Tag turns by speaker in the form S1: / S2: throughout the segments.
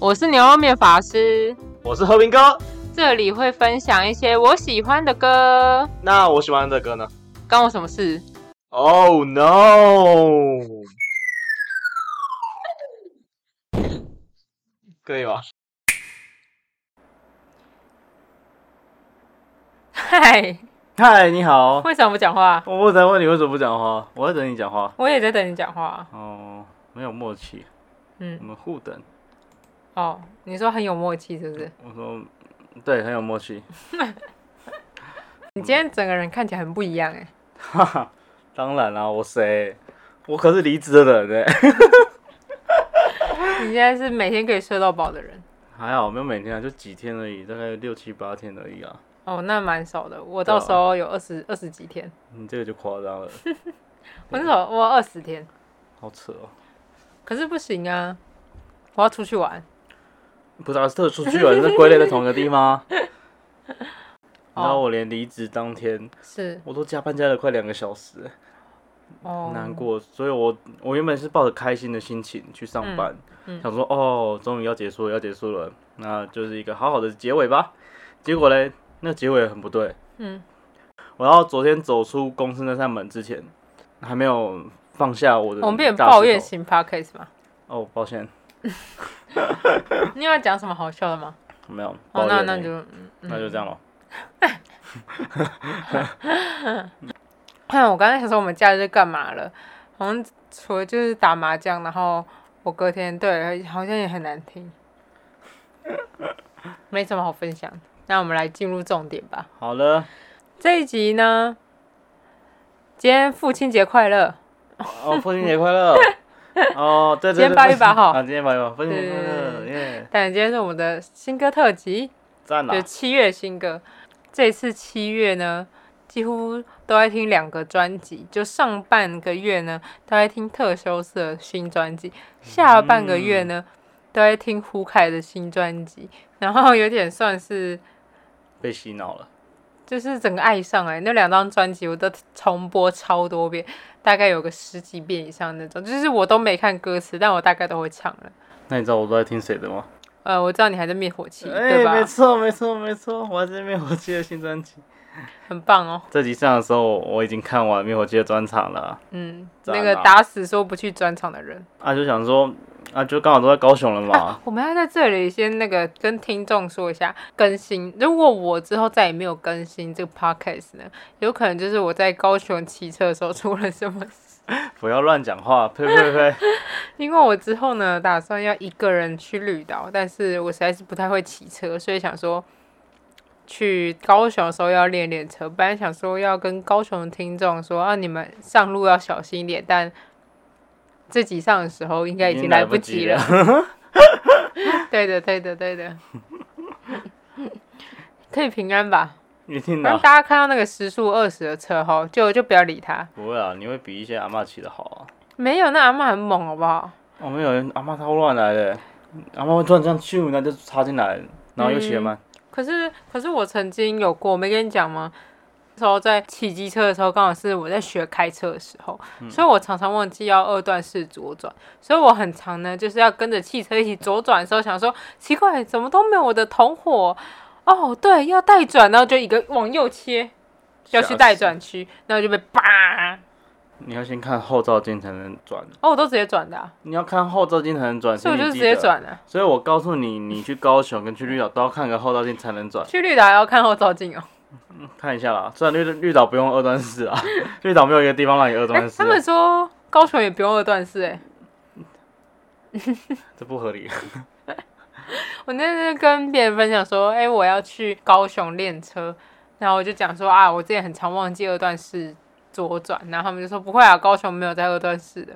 S1: 我是牛肉面法师，
S2: 我是和平哥。
S1: 这里会分享一些我喜欢的歌，
S2: 那我喜欢的歌呢
S1: 关我什么事？
S2: ？Oh no！可以吧？
S1: 嗨，
S2: 嗨，你好。
S1: 为什么不讲话？
S2: 我不在问你为什么不讲话，我在等你讲话。
S1: 我也在等你讲话。
S2: 哦，没有默契，我
S1: 嗯，
S2: 们互等。
S1: 哦，你说很有默契是不是？
S2: 我说，对，很有默契。
S1: 你今天整个人看起来很不一样哎、
S2: 哈哈，当然啦、我谁？我可是离职的人哎、
S1: 你现在是每天可以睡到饱的人
S2: 还好没有每天啊，就几天而已，大概六七八天而已啊。
S1: 哦，那蛮少的。我到时候有二十二十几天，
S2: 你这个就夸张了，
S1: 我那时候我二十天，
S2: 好扯哦。
S1: 可是不行啊，我要出去玩。
S2: 不是啊，是特殊去玩，是归类在同一个地方啊。然后
S1: 哦，
S2: 我连离职当天，
S1: 是
S2: 我都加班加了快两个小时，
S1: 哦，
S2: 难过。所以我我原本是抱着开心的心情去上班，
S1: 嗯嗯
S2: 想说哦，终于要结束了，要结束了，那就是一个好好的结尾吧。结果嘞，那结尾很不对。
S1: 嗯，
S2: 我要昨天走出公司那扇门之前，还没有放下我的大石头。
S1: 哦我们变成抱怨型 podcast 吗？
S2: 哦，抱歉，
S1: 你有要讲什么好笑的吗？
S2: 没有。
S1: 哦，
S2: 抱
S1: 那
S2: 怨欸
S1: 那
S2: 而已
S1: 就嗯
S2: 那就这样咯。
S1: 看我刚才想说我们假日干嘛了，好像除了就是打麻将，然后我隔天对，好像也很难听，没什么好分享的。那我们来进入重点吧。
S2: 好了，
S1: 这一集呢，今天父亲节快乐，
S2: 哦，父亲节 快乐！哦，对
S1: 今
S2: 对对，
S1: 天8月8号
S2: 啊，今天八月八号，父亲节快乐，
S1: 对
S2: 耶，
S1: 但今天是我们的新歌特辑，
S2: 赞啦
S1: 就！七月新歌。这次七月呢，几乎都在听两个专辑，就上半个月呢都在听特修斯的新专辑，下半个月呢、都在听胡凯的新专辑，然后有点算是
S2: 被洗脑了，
S1: 就是整个爱上哎、那两张专辑我都重播超多遍，大概有个十几遍以上那种，就是我都没看歌词，但我大概都会唱了。
S2: 那你知道我都在听谁的吗？
S1: 呃，我知道你还在灭火器，
S2: 哎，
S1: 对吧
S2: 没？错没错没错，我还在灭火器的新专辑。
S1: 很棒哦，
S2: 这集上的时候，我已经看完灭火器的专场了，
S1: 嗯，
S2: 赞
S1: 那个
S2: 啊
S1: 打死说不去专场的人。
S2: 啊，就想说啊，就刚好都在高雄了嘛
S1: 啊，，我们要在这里先那个跟听众说一下更新。如果我之后再也没有更新这个 podcast 呢，有可能就是我在高雄骑车的时候出了什么事。
S2: 不要乱讲话，呸呸呸！
S1: 因为我之后呢，打算要一个人去绿岛，但是我实在是不太会骑车，所以想说去高雄的时候要练练车。本来想说要跟高雄的听众说啊，你们上路要小心一点，但这集上的时候 应该已经来不及了。对的，对的，对的，可以平安吧。
S2: 你听
S1: 让
S2: 到？
S1: 大家看到那个时速二十的车后，就就不要理他。
S2: 不会啊，你会比一些阿嬷骑的好啊。
S1: 没有，那阿嬷很猛，好不好？
S2: 哦，没有，阿嬷超乱来的，阿嬷会突然这样咻，然后就插进来，然后又骑得慢。
S1: 可是可是我曾经有过，我没跟你讲吗？那时候在骑机车的时候，刚好是我在学开车的时候，所以我常常忘记要二段式左转，所以我很常呢就是要跟着汽车一起左转的时候，想说奇怪怎么都没有我的同伙哦，对，要带转，然后就一个往右切，要去带转区，然后就被叭
S2: 你要先看后照镜才能转，
S1: 哦，我都直接转的啊、
S2: 你要看后照镜才能转，
S1: 所以我
S2: 你
S1: 就直
S2: 记
S1: 接
S2: 得。
S1: 转了、
S2: 所以我告诉你，你去高雄跟去绿岛都要看个后照镜才能转，
S1: 去绿岛还要看后照镜哦。
S2: 看一下啦。虽然绿绿岛不用二段式啊， 绿岛没有一个地方让你二
S1: 哎、
S2: 段式
S1: 他
S2: 啊、
S1: 们说高雄也不用二段式、哎，
S2: 这不 合理。
S1: 我那天跟别人分享说，哎、我要去高雄练车，然后我就讲说啊，我之前很常忘记二段式左转，然后他们就说不会啊，高雄没有在二段式的。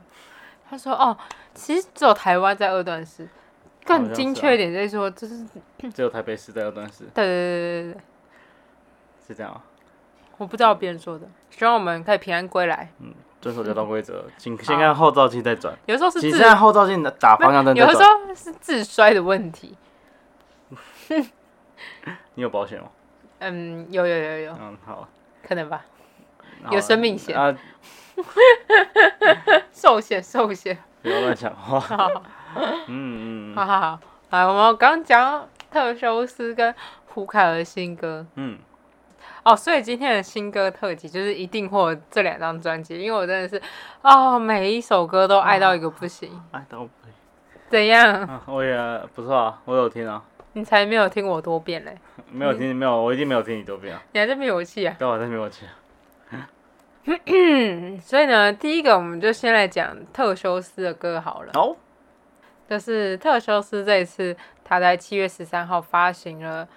S1: 他说哦，其实只有台湾在二段式，
S2: 好像
S1: 更
S2: 是
S1: 精
S2: 啊
S1: 确一点再说，就是
S2: 只有台北市在二段式，
S1: 对对对对对对，
S2: 是这样啊。
S1: 我不知道别人说的，希望我们可以平安归来。
S2: 遵守交通规则，请先看后照镜再转。
S1: 有时候是
S2: 请
S1: 自
S2: 先看后照镜打 方向灯再
S1: 有的时
S2: 转。
S1: 候是自摔的问题。
S2: 你有保险吗？
S1: 嗯，有有有有，
S2: 嗯，好。
S1: 可能吧，
S2: 好
S1: 有生命险
S2: 啊！
S1: 寿险寿险。
S2: 啊不要乱讲 话。
S1: 好，
S2: 嗯嗯嗯。
S1: 好好好，来，我们刚刚讲到特修斯跟胡凯尔的新歌
S2: 嗯，
S1: 哦，所以今天的新歌特辑就是一定会有这两张专辑，因为我真的是哦，每一首歌都爱到一个不行。
S2: 哎，等我，
S1: 怎样？
S2: 啊，我也不错啊，我有听啊，
S1: 你才没有听我多遍嘞，
S2: 没有听，没有，我一定没有听你多遍啊，
S1: 你还在边有气啊？
S2: 但我真没有听。
S1: 嗯，所以呢，第一个我们就先来讲特修斯的歌好了。
S2: 好，
S1: 就是特修斯这一次，他在七月十三号发行了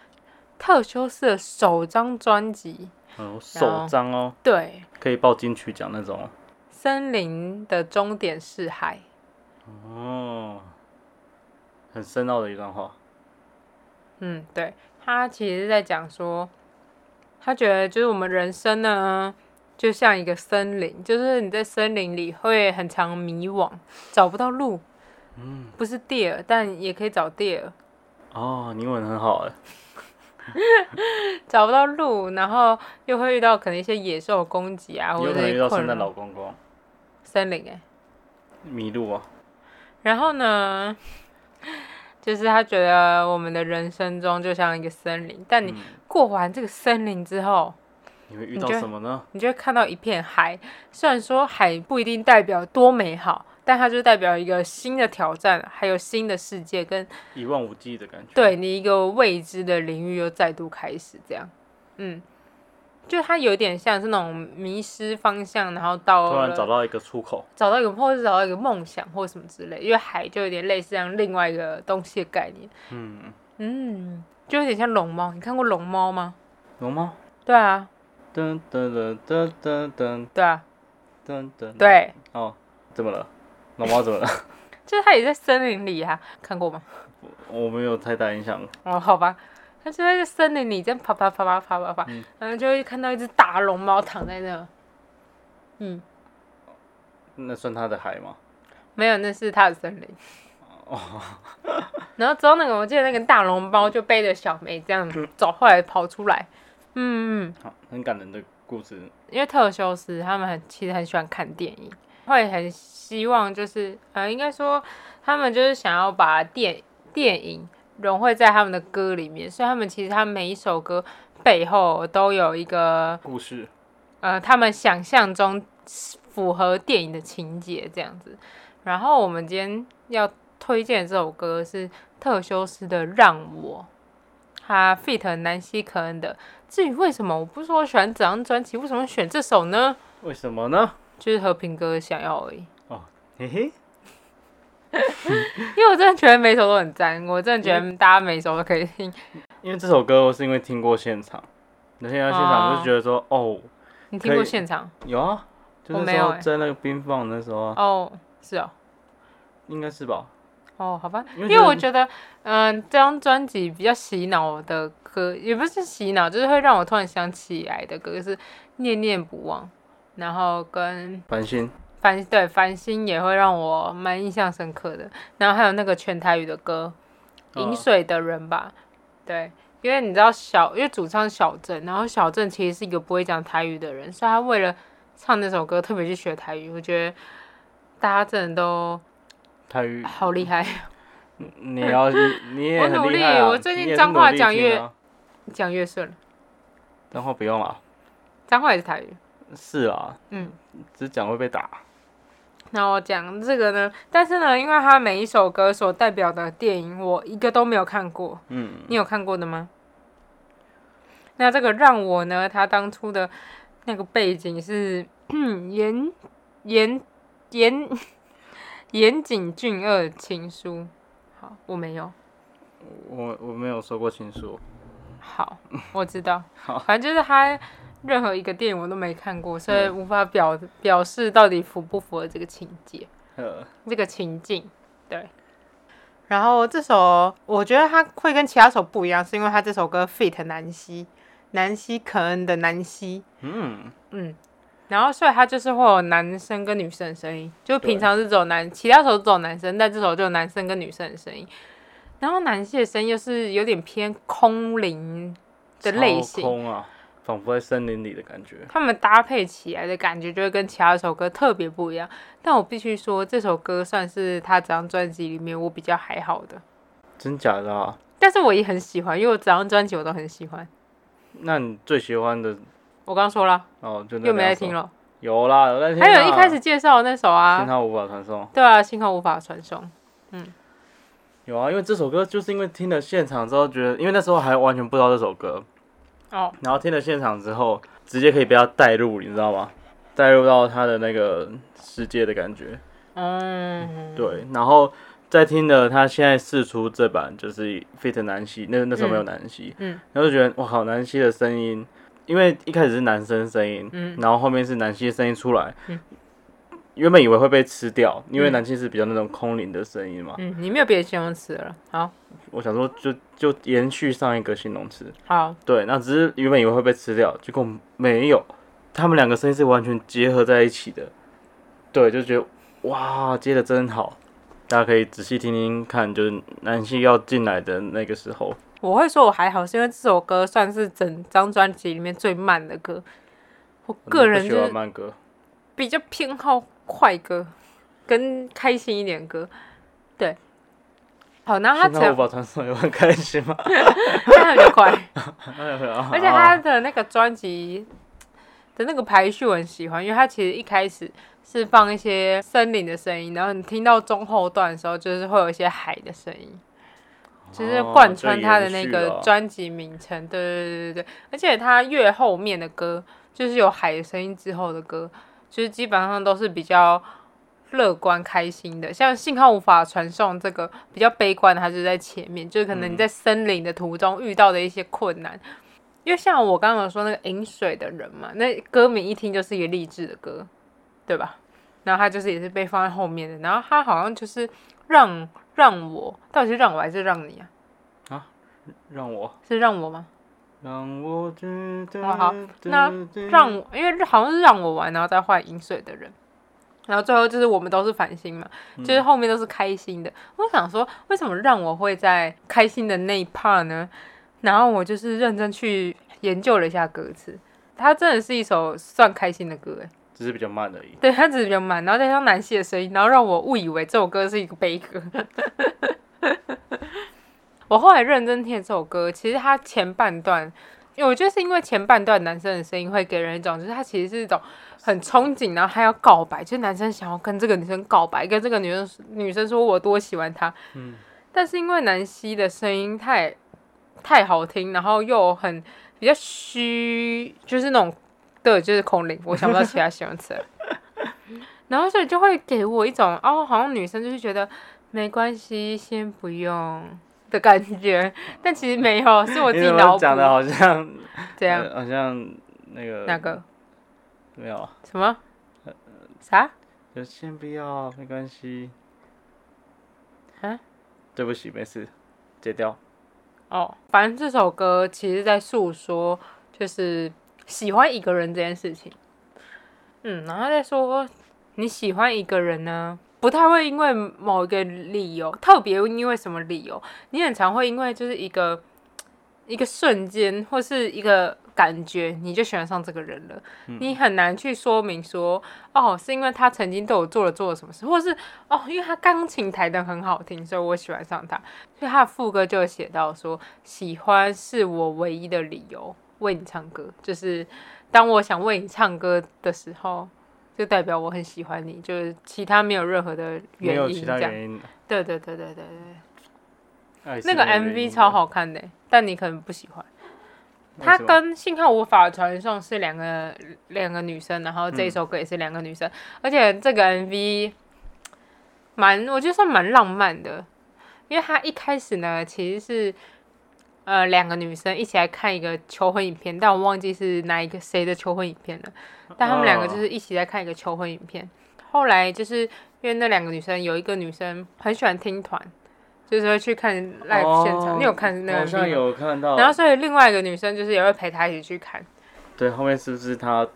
S1: 特修斯的首张专辑，
S2: 嗯，首张哦，
S1: 对，
S2: 可以报金曲奖那种哦。
S1: 《森林的终点是海》。
S2: 哦，很深奥的一段话。
S1: 嗯，对，他其实是在讲说，他觉得就是我们人生呢，就像一个森林，就是你在森林里会很常迷惘，找不到路。嗯，不是 deer，但也可以找 deer，
S2: 哦，你英文很好哎。
S1: 找不到路，然后又会遇到可能一些野兽攻击啊，
S2: 你
S1: 或
S2: 有
S1: 者
S2: 可能遇到
S1: 是困
S2: 圣诞
S1: 扰
S2: 老公公
S1: 森林哎、欸
S2: 迷路啊。
S1: 然后呢， 就是他觉得我们的人生中就像一个森林，但你
S2: 嗯
S1: 过完这个森林之后，
S2: 你会遇到
S1: 你觉得
S2: 什么呢？
S1: 你就会看到一片海。虽然说海不一定代表多美好，但它就代表一个新的挑战，还有新的世界，跟
S2: 一望无际的感觉。
S1: 对你一个未知的领域又再度开始。这样，嗯，就它有点像是那种迷失方向，然后到
S2: 突然
S1: 了
S2: 找到一个出口。
S1: 找到一个，或者是找到一个梦想或什么之类，因为海就有点类似这样另外一个东西的概念，
S2: 嗯，
S1: 嗯，就有点像龙猫。你看过龙猫吗？
S2: 龙猫。
S1: 对啊，
S2: 噔噔噔噔噔
S1: 对啊，
S2: 噔噔。。
S1: 对，啊
S2: 哦，怎么了？龙猫怎么了？
S1: 就是它也在森林里啊，看过吗？
S2: 我没有太大印象。
S1: 哦，好吧，它就在森林里这样爬爬爬爬爬爬爬，
S2: 嗯
S1: 然后就会看到一只大龙猫躺在那，嗯，
S2: 那算他的海吗？
S1: 没有，那是它的森林。 然后之后那个，我记得那个大龙猫就背着小梅这样走，后来跑出来，嗯嗯。嗯
S2: 好，很感人的故事。
S1: 因为特修斯他们很其实很喜欢看电影，会很希望就是呃，应该说他们就是想要把电电影融汇在他们的歌里面，所以他们其实他每一首歌背后都有一个
S2: 故事。
S1: 呃，他们想象中符合电影的情节这样子。然后我们今天要推荐的这首歌是特修斯的《让我》，他 feat 南希·可恩的。至于为什么我不是说我喜欢整张专辑，为什么选这首呢？
S2: 为什么呢？
S1: 就是和平哥想要而已，
S2: 嘿嘿。
S1: 因为我真的觉得每首都很赞，我真的觉得大家每首都可以听。
S2: 因为这首歌我是因为听过现场，那现在现场我就觉得说，哦，
S1: 你听
S2: 可
S1: 过
S2: 以
S1: 现场？
S2: 有啊，就
S1: 我
S2: 是
S1: 没
S2: 那
S1: 有
S2: 时
S1: 欸
S2: 候在那个冰放那时候啊，
S1: 哦，是哦，
S2: 应该是吧？
S1: 哦，好吧，
S2: 因
S1: 因
S2: 为
S1: 为我
S2: 觉
S1: 觉得，嗯、这张专辑比较洗脑的歌，也不是洗脑，就是会让我突然想起来的歌，就是《念念不忘》，然后跟
S2: 繁星
S1: 繁对繁星也会让我蛮印象深刻的，然后还有那个全台语的歌《饮
S2: 嗯
S1: 水的人》吧，对。因为你知道小，因为主唱小郑，然后小郑其实是一个不会讲台语的人，所以他为了唱那首歌特别去学台语。我觉得大家真的都
S2: 台语，
S1: 好厉害，
S2: 你要你也
S1: 我
S2: 很
S1: 努
S2: 厉害啊
S1: 力我最近
S2: 你也是
S1: 脏话
S2: 努力
S1: 讲
S2: 听
S1: 越
S2: 啊
S1: 讲越顺了。
S2: 脏话不用啦，
S1: 脏话也是台语。
S2: 是啊，
S1: 嗯，
S2: 只讲会被打。
S1: 那我讲这个呢，但是呢，因为他每一首歌所代表的电影，我一个都没有看过。
S2: 嗯，
S1: 你有看过的吗？那这个让我呢，他当初的那个背景是 岩岩岩岩井俊二情书。好，我没有。
S2: 我我没有收过情书，
S1: 好，我知道。
S2: 好
S1: 反正就是他任何一个电影我都没看过，所以无法表表示到底符不符合这个情节。
S2: 呃，
S1: 这个情境，对。然后这首我觉得它会跟其他首不一样，是因为它这首歌 fit 南希，南希可恩的南希，
S2: 嗯，
S1: 嗯，然后所以它就是会有男生跟女生的声音，就
S2: 对
S1: 平常是走男，其他首走男生，但这首就有男生跟女生的声音。然后南希的声音又是有点偏空灵的类
S2: 超
S1: 型，
S2: 空啊，仿佛在森林里的感觉。
S1: 他们搭配起来的感觉就会跟其他首歌特别不一样。但我必须说，这首歌算是他整张专辑里面我比较还好的。
S2: 真假的啊？
S1: 但是我也很喜欢，因为我整张专辑我都很喜欢。
S2: 那你最喜欢的
S1: 我刚说了，
S2: 哦，就那
S1: 又没
S2: 两
S1: 在
S2: 首
S1: 听。了。
S2: 有啦，有在听啦。啊
S1: 还有一开始介绍的那首
S2: 天
S1: 啊，
S2: 堂无法传送。
S1: 对啊，幸好无法传送。
S2: 有啊，因为这首歌就是因为听了现场之后，觉得因为那时候还完全不知道这首歌，
S1: 哦，
S2: 然后听了现场之后，直接可以被他带入，你知道吗？带入到他的那个世界的感觉。
S1: 嗯，
S2: 对，然后再听了他现在试出这版就是 Fit 南希，那那时候没有南希，
S1: 嗯，
S2: 然后就觉得哇靠，南希的声音，因为一开始是男生声音，
S1: 嗯
S2: 然后后面是南希的声音出来，
S1: 嗯
S2: 原本以为会被吃掉，因为
S1: 嗯
S2: 南希是比较那种空灵的声音嘛，
S1: 嗯，你没有别的形容词了。好，
S2: 我想说就就延续上一个形容词，
S1: 好，
S2: 对，那只是原本以为会被吃掉，结果没有，他们两个声音是完全结合在一起的，对，就觉得哇，接的真好，大家可以仔细听听看，就是南希要进来的那个时候，
S1: 我会说我还好，是因为这首歌算是整张专辑里面最慢的歌。我个人就
S2: 我不喜
S1: 是
S2: 欢慢歌，
S1: 比较偏好快歌，跟开心一点的歌。对，好，然后啊他
S2: 现
S1: 只
S2: 在我
S1: 要
S2: 把传送有很开心吗？
S1: 他比较快， 而
S2: 而
S1: 且他的那个专辑呃的那个排序我很喜欢，因为他其实一开始是放一些森林的声音，然后你听到中后段的时候，就是会有一些海的声音。
S2: 哦
S1: 就是贯穿他的那个
S2: 啊
S1: 专辑名称，对对对对对，而且他越后面的歌，就是有海的声音之后的歌，就是基本上都是比较乐观开心的，像信号无法传送这个比较悲观的，它就在前面，就是可能你在森林的途中遇到的一些困难。因为像我刚刚有说那个饮水的人嘛，那歌名一听就是一个励志的歌，对吧？然后他就是也是被放在后面的，然后他好像就是让让我，到底是让我还是让你啊？
S2: 让我
S1: 是让我吗？
S2: 让我知道，
S1: 哦好那让我，因为好像是让我玩，然后再换饮水的人，然后最后就是我们都是烦心嘛，就是后面都是开心的。我想说，为什么让我会在开心的那一 part 呢？然后我就是认真去研究了一下歌词，它真的是一首算开心的歌，哎，
S2: 只是比较慢而已。
S1: 对，它只是比较慢，然后再加上南希的声音，然后让我误以为这首歌是一个悲歌。 我后来认真听这首歌，其实它前半段，因为我觉得是因为前半段男生的声音会给人一种，就是他其实是一种很憧憬，然后他要告白，就是男生想要跟这个女生告白，跟这个女生女生说我多喜欢她。
S2: 嗯
S1: 但是因为南希的声音太太好听，然后又很比较虚，就是那种对，就是空灵，我想不到其他形容词 了。然后所以就会给我一种哦，好像女生就是觉得没关系，先不用的感觉，但其实没有，是我自
S2: 你
S1: 己
S2: 怎么
S1: 脑补
S2: 讲的好像
S1: 这样。
S2: 呃好像那个
S1: 哪个
S2: 没有啊，
S1: 什么啥？
S2: 就先不要，没关系。
S1: 啊？
S2: 对不起，没事，剪掉。
S1: 哦，反正这首歌其实在诉说，就是喜欢一个人这件事情。嗯，然后再说你喜欢一个人呢，不太会因为某一个理由，特别因为什么理由，你很常会因为就是一个一个瞬间或是一个感觉，你就喜欢上这个人了。
S2: 嗯
S1: 你很难去说明说，哦，是因为他曾经对我做了做了什么事，或者是哦，因为他钢琴弹得很好听，所以我喜欢上他。所以他的副歌就有写到说，喜欢是我唯一的理由为你唱歌，就是当我想为你唱歌的时候，就代表我很喜欢你，就是其他没有任何的
S2: 没有
S1: 原因
S2: 其
S1: 这
S2: 他
S1: 样。
S2: 原因。
S1: 对对对对对对。
S2: 爱是
S1: 那个
S2: 没有原因
S1: MV
S2: 的
S1: 超，好看的欸，但你可能不喜欢。
S2: 为
S1: 它
S2: 什么
S1: 跟《信号无法传送》是两个两个女生，然后
S2: 嗯
S1: 这一首歌也是两个女生，而且这个 MV 蛮，我觉得算蛮浪漫的，因为它一开始呢其实是呃两个女生一起来看一个求婚影片，但我忘记是哪一个谁的求婚影片了，但他们两个
S2: 哦
S1: 就是一起在看一个求婚影片。后来就是因为那两个女生有一个女生很喜欢听团，就是会去看 live 现场，
S2: 哦
S1: 你有看那个 MV
S2: 好
S1: 吗？
S2: 像有看到。
S1: 然后所以另外一个女生就是也会陪他一起去看。
S2: 对，后面是不是他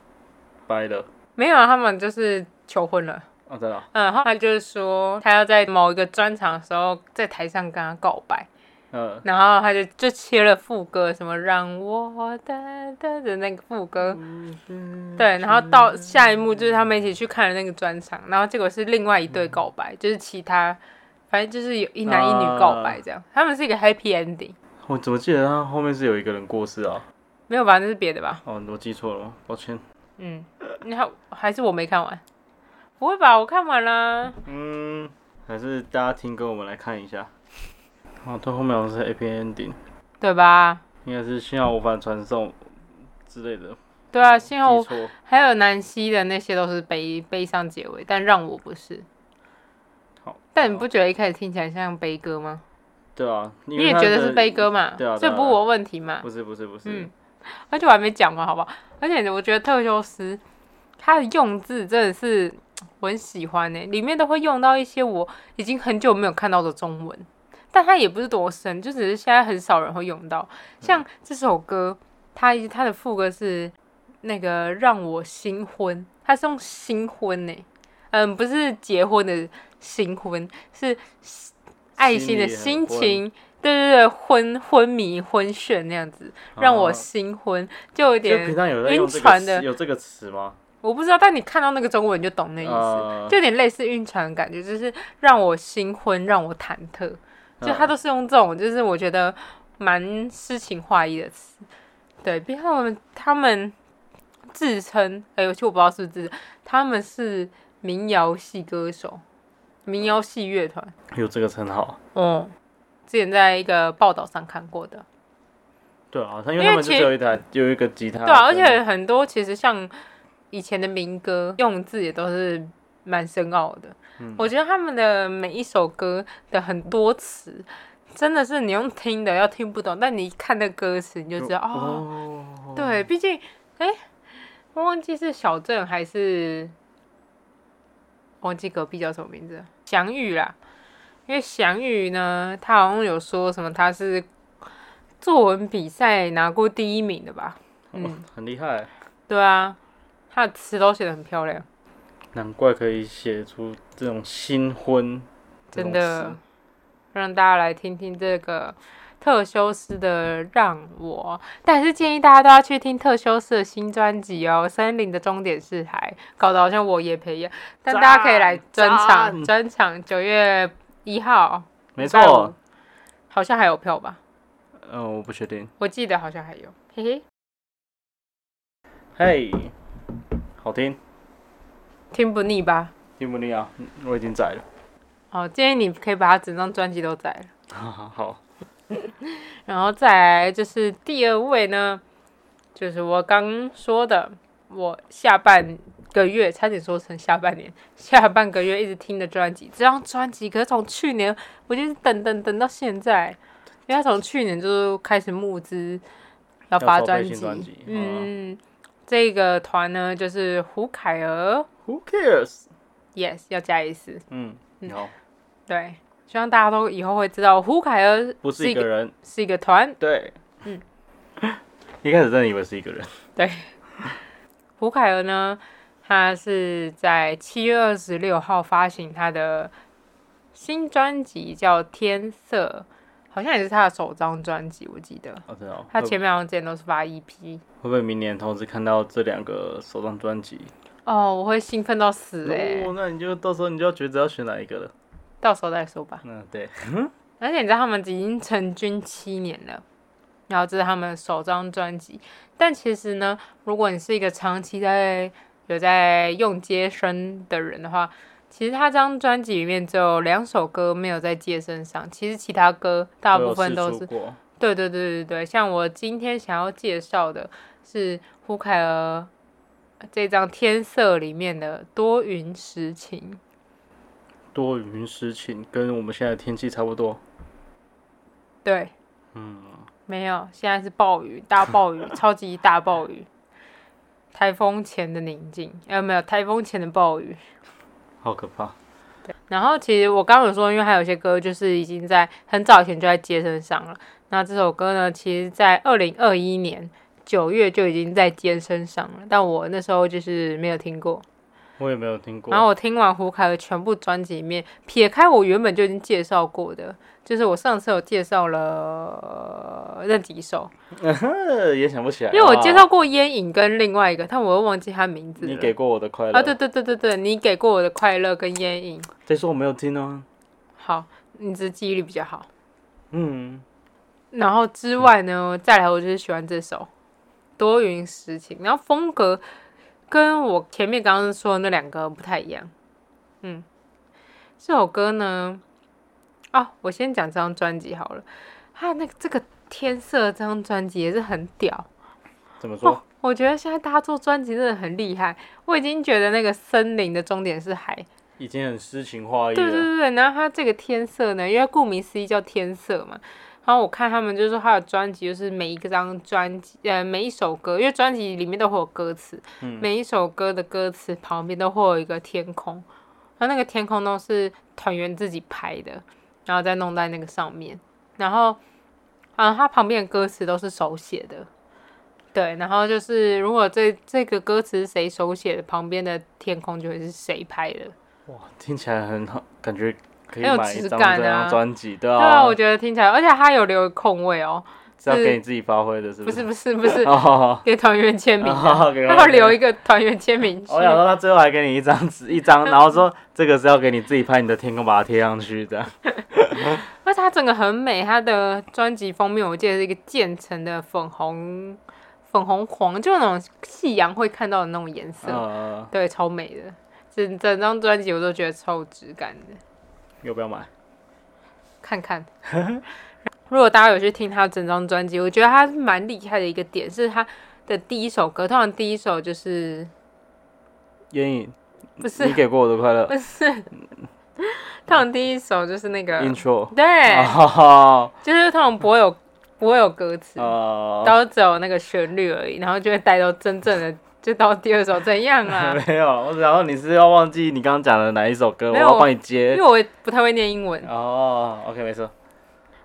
S2: 掰了？
S1: 没有啊，他们就是求婚了。
S2: 哦，真的哦。
S1: 嗯，然后他就是说他要在某一个专场的时候在台上跟他告白，
S2: 嗯。
S1: 然后他就就切了副歌，什么让我的的的那个副歌。
S2: 嗯
S1: 对，然后到下一幕就是他们一起去看了那个专场，然后结果是另外一对告白，就是其他反正就是有一男一女告白这样，他们是一个 happy ending，
S2: 我怎么记得他后面是有一个人过世啊？
S1: 没有吧？那是别的吧？
S2: 哦，我记错了吗？抱歉。
S1: 嗯，你看还是我没看完，不会吧？我看完啦。
S2: 嗯，还是大家听歌，我们来看一下。哦，到后面好像是 A P ending，
S1: 对吧？
S2: 应该是信号无法传送之类的。
S1: 对啊，幸好
S2: 记
S1: 我
S2: 错，
S1: 还有南希的那些都是悲悲伤结尾，但让我不是。
S2: 好
S1: 但你不觉得一开始听起来像悲歌吗？
S2: 对啊，你
S1: 你也觉得是悲歌嘛？
S2: 对啊对啊
S1: 这不是我问题嘛？
S2: 不是不是不是，
S1: 嗯而且我还没讲完，好不好？而且我觉得特修斯他的用字真的是嗯我很喜欢呢、里面都会用到一些我已经很久没有看到的中文，但它也不是多深，就只是现在很少人会用到。像这首歌，它它的副歌是那个让我新婚，它是用新婚呢、嗯，不是结婚的新婚，是爱心的心情，对对对，昏昏迷、昏眩那样子，让我
S2: 啊
S1: 新婚，哦就有
S2: 就
S1: 点
S2: 平常有在
S1: 晕
S2: 用这个
S1: 船的
S2: 词有这个词吗？
S1: 我不知道，但你看到那个中文你就懂那意思，
S2: 呃
S1: 就有点类似晕船的感觉，就是让我新婚，让我忐忑，就他
S2: 嗯
S1: 都是用这种，就是我觉得蛮诗情画意的词。对，毕竟他们他们自称，哎、其实我不知道是不是自称，他们是民谣系歌手，民谣系乐团。
S2: 有这个称号。
S1: 哦，之前在一个报道上看过的，
S2: 对啊，他因为
S1: 因为
S2: 他们就
S1: 其
S2: 只有一台有一个吉他。
S1: 对啊，而且很多其实像以前的民歌用字也都是蛮深奥的。
S2: 嗯
S1: 我觉得他们的每一首歌的很多词，真的是你用听的要听不懂，但你一看那歌词你就知道哦，
S2: 哦，
S1: 对，毕竟哎、我忘记是小镇还是忘记隔壁叫什么名字了，翔宇啦。因为翔宇呢，他好像有说什么他是作文比赛拿过第一名的吧？嗯
S2: 哦很厉害，
S1: 对啊，他的词都写的很漂亮，
S2: 难怪可以写出这种新婚这
S1: 真
S2: 种
S1: 的
S2: 词。
S1: 让大家来听听这个特修斯的《让我》，但还是建议大家都要去听特修斯的新专辑哦，《森林的终点是海》，搞得好像我也培养，但
S2: 赞
S1: 大家可以来专场，
S2: 赞
S1: 专场九月一号，
S2: 没
S1: 礼拜五
S2: 错。，
S1: 好像还有票吧，
S2: 嗯，我不确定。
S1: 我记得好像还有，嘿嘿，
S2: 嘿，好听，
S1: 听不腻吧？
S2: 听不腻啊？嗯我已经载了。
S1: 哦，建议你可以把他整张专辑都载了。
S2: 好，
S1: 然后再来就是第二位呢，就是我刚说的，我下半个月差点说成下半年，下半个月一直听的专辑，这张专辑可是从去年我就是等等等到现在，因为他从去年就开始募资要发
S2: 要筹备
S1: 专
S2: 新
S1: 辑，
S2: 专辑
S1: 嗯，这个团呢就是胡凯儿
S2: Who cares？
S1: ，yes 要加一次，
S2: 嗯，好，
S1: 对，希望大家都以后会知道胡凯儿
S2: 不是一个人，
S1: 是一个团，
S2: 对，嗯， 一开始真的以为是一个人，
S1: 胡凯儿呢，他是在七月二十六号发行他的新专辑，叫《天色》，好像也是他的首张专辑，我记得。
S2: 哦，真的哦，
S1: 他
S2: 会
S1: 前面好像之前都是发 E EP。
S2: 会不会明年同时看到这两个首张专辑？
S1: 哦，我会兴奋到死哎、
S2: 哦，那你就到时候你就要抉择要选哪一个了。
S1: 到时候再说吧。
S2: 嗯，对，
S1: 而且你知道他们已经成军七年了，然后这是他们首张专辑。但其实呢，如果你是一个长期在有在用接生的人的话，其实他这张专辑里面只有两首歌没有在接生上，其实其他歌大部分都
S2: 有试
S1: 是
S2: 出过
S1: 对对对对对，像我今天想要介绍的是胡凯儿这张《天色》里面的《多云时晴》。
S2: 多云时晴，跟我们现在的天气差不多。
S1: 对，
S2: 嗯，
S1: 没有，现在是暴雨，大暴雨，超级大暴雨，台风前的宁静，呃，没有，台风前的暴雨。
S2: 好可怕。
S1: 然后其实我刚刚有说，因为还有一些歌就是已经在很早以前就在街声上了。那这首歌呢，其实在二零二一年九月就已经在街声上了，但我那时候就是没有听过。
S2: 我也没有听过。
S1: 然后我听完胡凯的全部专辑里面，撇开我原本就已经介绍过的，就是我上次有介绍了呃那几首，
S2: 呃 也想不起来，
S1: 因为我介绍过烟瘾跟另外一个，但我又忘记他名字了。啊
S2: 你给过我的快乐
S1: 啊，对对对对对，你给过我的快乐跟烟瘾。
S2: 再说我没有听哦。
S1: 好，你只是记忆力比较好。
S2: 嗯，
S1: 然后之外呢，再来我就是喜欢这首《多云时晴》，然后风格跟我前面刚刚说的那两个不太一样。嗯，这首歌呢，啊，我先讲这张专辑好了。它那个这个天色这张专辑也是很屌，
S2: 怎么说？
S1: 哦我觉得现在大家做专辑真的很厉害。我已经觉得那个森林的终点是海，
S2: 已经很诗情画意
S1: 对对
S2: 了。
S1: 对对，然后它这个天色呢，因为顾名思义叫天色嘛。然后我看他们就说他的专辑就是每一个张专辑，呃，每一首歌，因为专辑里面都会有歌词，
S2: 嗯
S1: 每一首歌的歌词旁边都会有一个天空，然后那个天空都是团员自己拍的，然后再弄在那个上面。然后，啊，它旁边的歌词都是手写的，对。然后就是如果这这个歌词是谁手写的，旁边的天空就会是谁拍的。
S2: 哇，听起来很好，感觉可以
S1: 很有
S2: 买一
S1: 质
S2: 张
S1: 感
S2: 这
S1: 啊
S2: 张专辑，对
S1: 对啊，
S2: 啊
S1: 我，觉得听起来，而且他有留空位哦，
S2: 是要
S1: 是
S2: 给你自己发挥的，是
S1: 不
S2: 是？
S1: 是不是不是，
S2: 哦，
S1: 给团员签名的，
S2: 哦给团员
S1: 他要留一个团员签名区
S2: 我。想说他最后还给你一张纸，一 张，然后说这个是要给你自己拍你的天空，把它贴上去这样。
S1: 而且它整个很美，它的专辑封面我记得是一个渐层的粉红粉红黄，就那种夕阳会看到的那种颜色，
S2: 呃，
S1: 对，超美的。整整张专辑我都觉得超有质感的，
S2: 要不要买？
S1: 看看。 如果大家有去听他整张专辑，我觉得他蛮厉害的一个点是他的第一首歌，通常第一首就是
S2: 烟影，
S1: 不是
S2: 你给过我的快乐
S1: 不是，通常第一首就是那个，
S2: intro。
S1: 对，
S2: 哦，
S1: 就是通常不会有不会有歌词，
S2: 呃，
S1: 都只有那个旋律而已，然后就会带到真正的，就到第二首怎样 啊？
S2: 没有，我只想说你是要忘记你刚刚讲的哪一首歌，我
S1: 没有
S2: 要帮你
S1: 因
S2: 接
S1: 为。我也不太会念英文，
S2: 哦，OK，没错。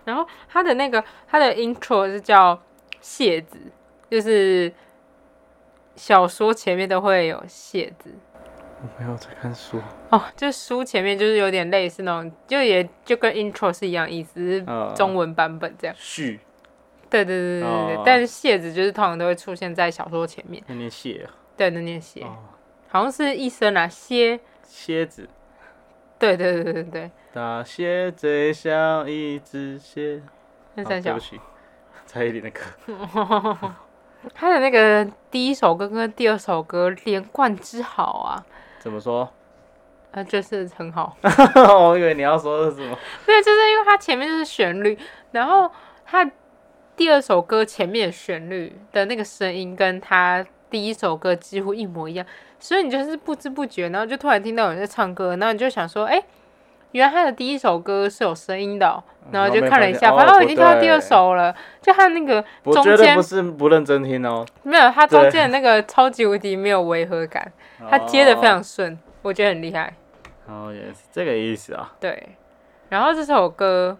S1: 然后他的那个他的 intro 是叫蟹子，就是小说前面都会有蟹子，
S2: 我没有在看书。
S1: 哦，就是书前面就是有点类似那种，就也就跟 intro 是一样意思，只是
S2: 嗯
S1: 中文版本这样。
S2: 序，
S1: 对对对对对对，
S2: 哦
S1: 但是蟹子就是通常都会出现在小说前面，
S2: 那念蟹啊。
S1: 对，那念蟹，
S2: 哦
S1: 好像是一生啊，蝎，
S2: 蝎子，
S1: 对对对对对，
S2: 大蝎最像一只蝎。
S1: 那
S2: 好
S1: 三
S2: 哦对
S1: 小
S2: 不，起， 蔡依林的 歌。
S1: 他的那个第一首歌跟第二首歌连贯之好啊，
S2: 怎么说？
S1: 呃，就是很好，
S2: 我以为你要说的是什么。
S1: 对，就是因为它前面就是旋律，然后它第二首歌前面的旋律的那个声音跟它第一首歌几乎一模一样，所以你就是不知不觉，然后就突然听到有人在唱歌，然后你就想说，哎、原来他的第一首歌是有声音的哦、然后就看了一下，
S2: 嗯然
S1: 反正
S2: 后没发现
S1: 我已经看
S2: 哦
S1: 到第二首了，就他那个
S2: 我
S1: 中
S2: 绝对
S1: 间
S2: 不是不认真听哦，
S1: 没有，他中
S2: 对哦
S1: 间的那个超级无敌没有违和感，他接的非常顺，我觉得很厉害。
S2: 哦。哦，也是这个意思啊。
S1: 对，然后这首歌，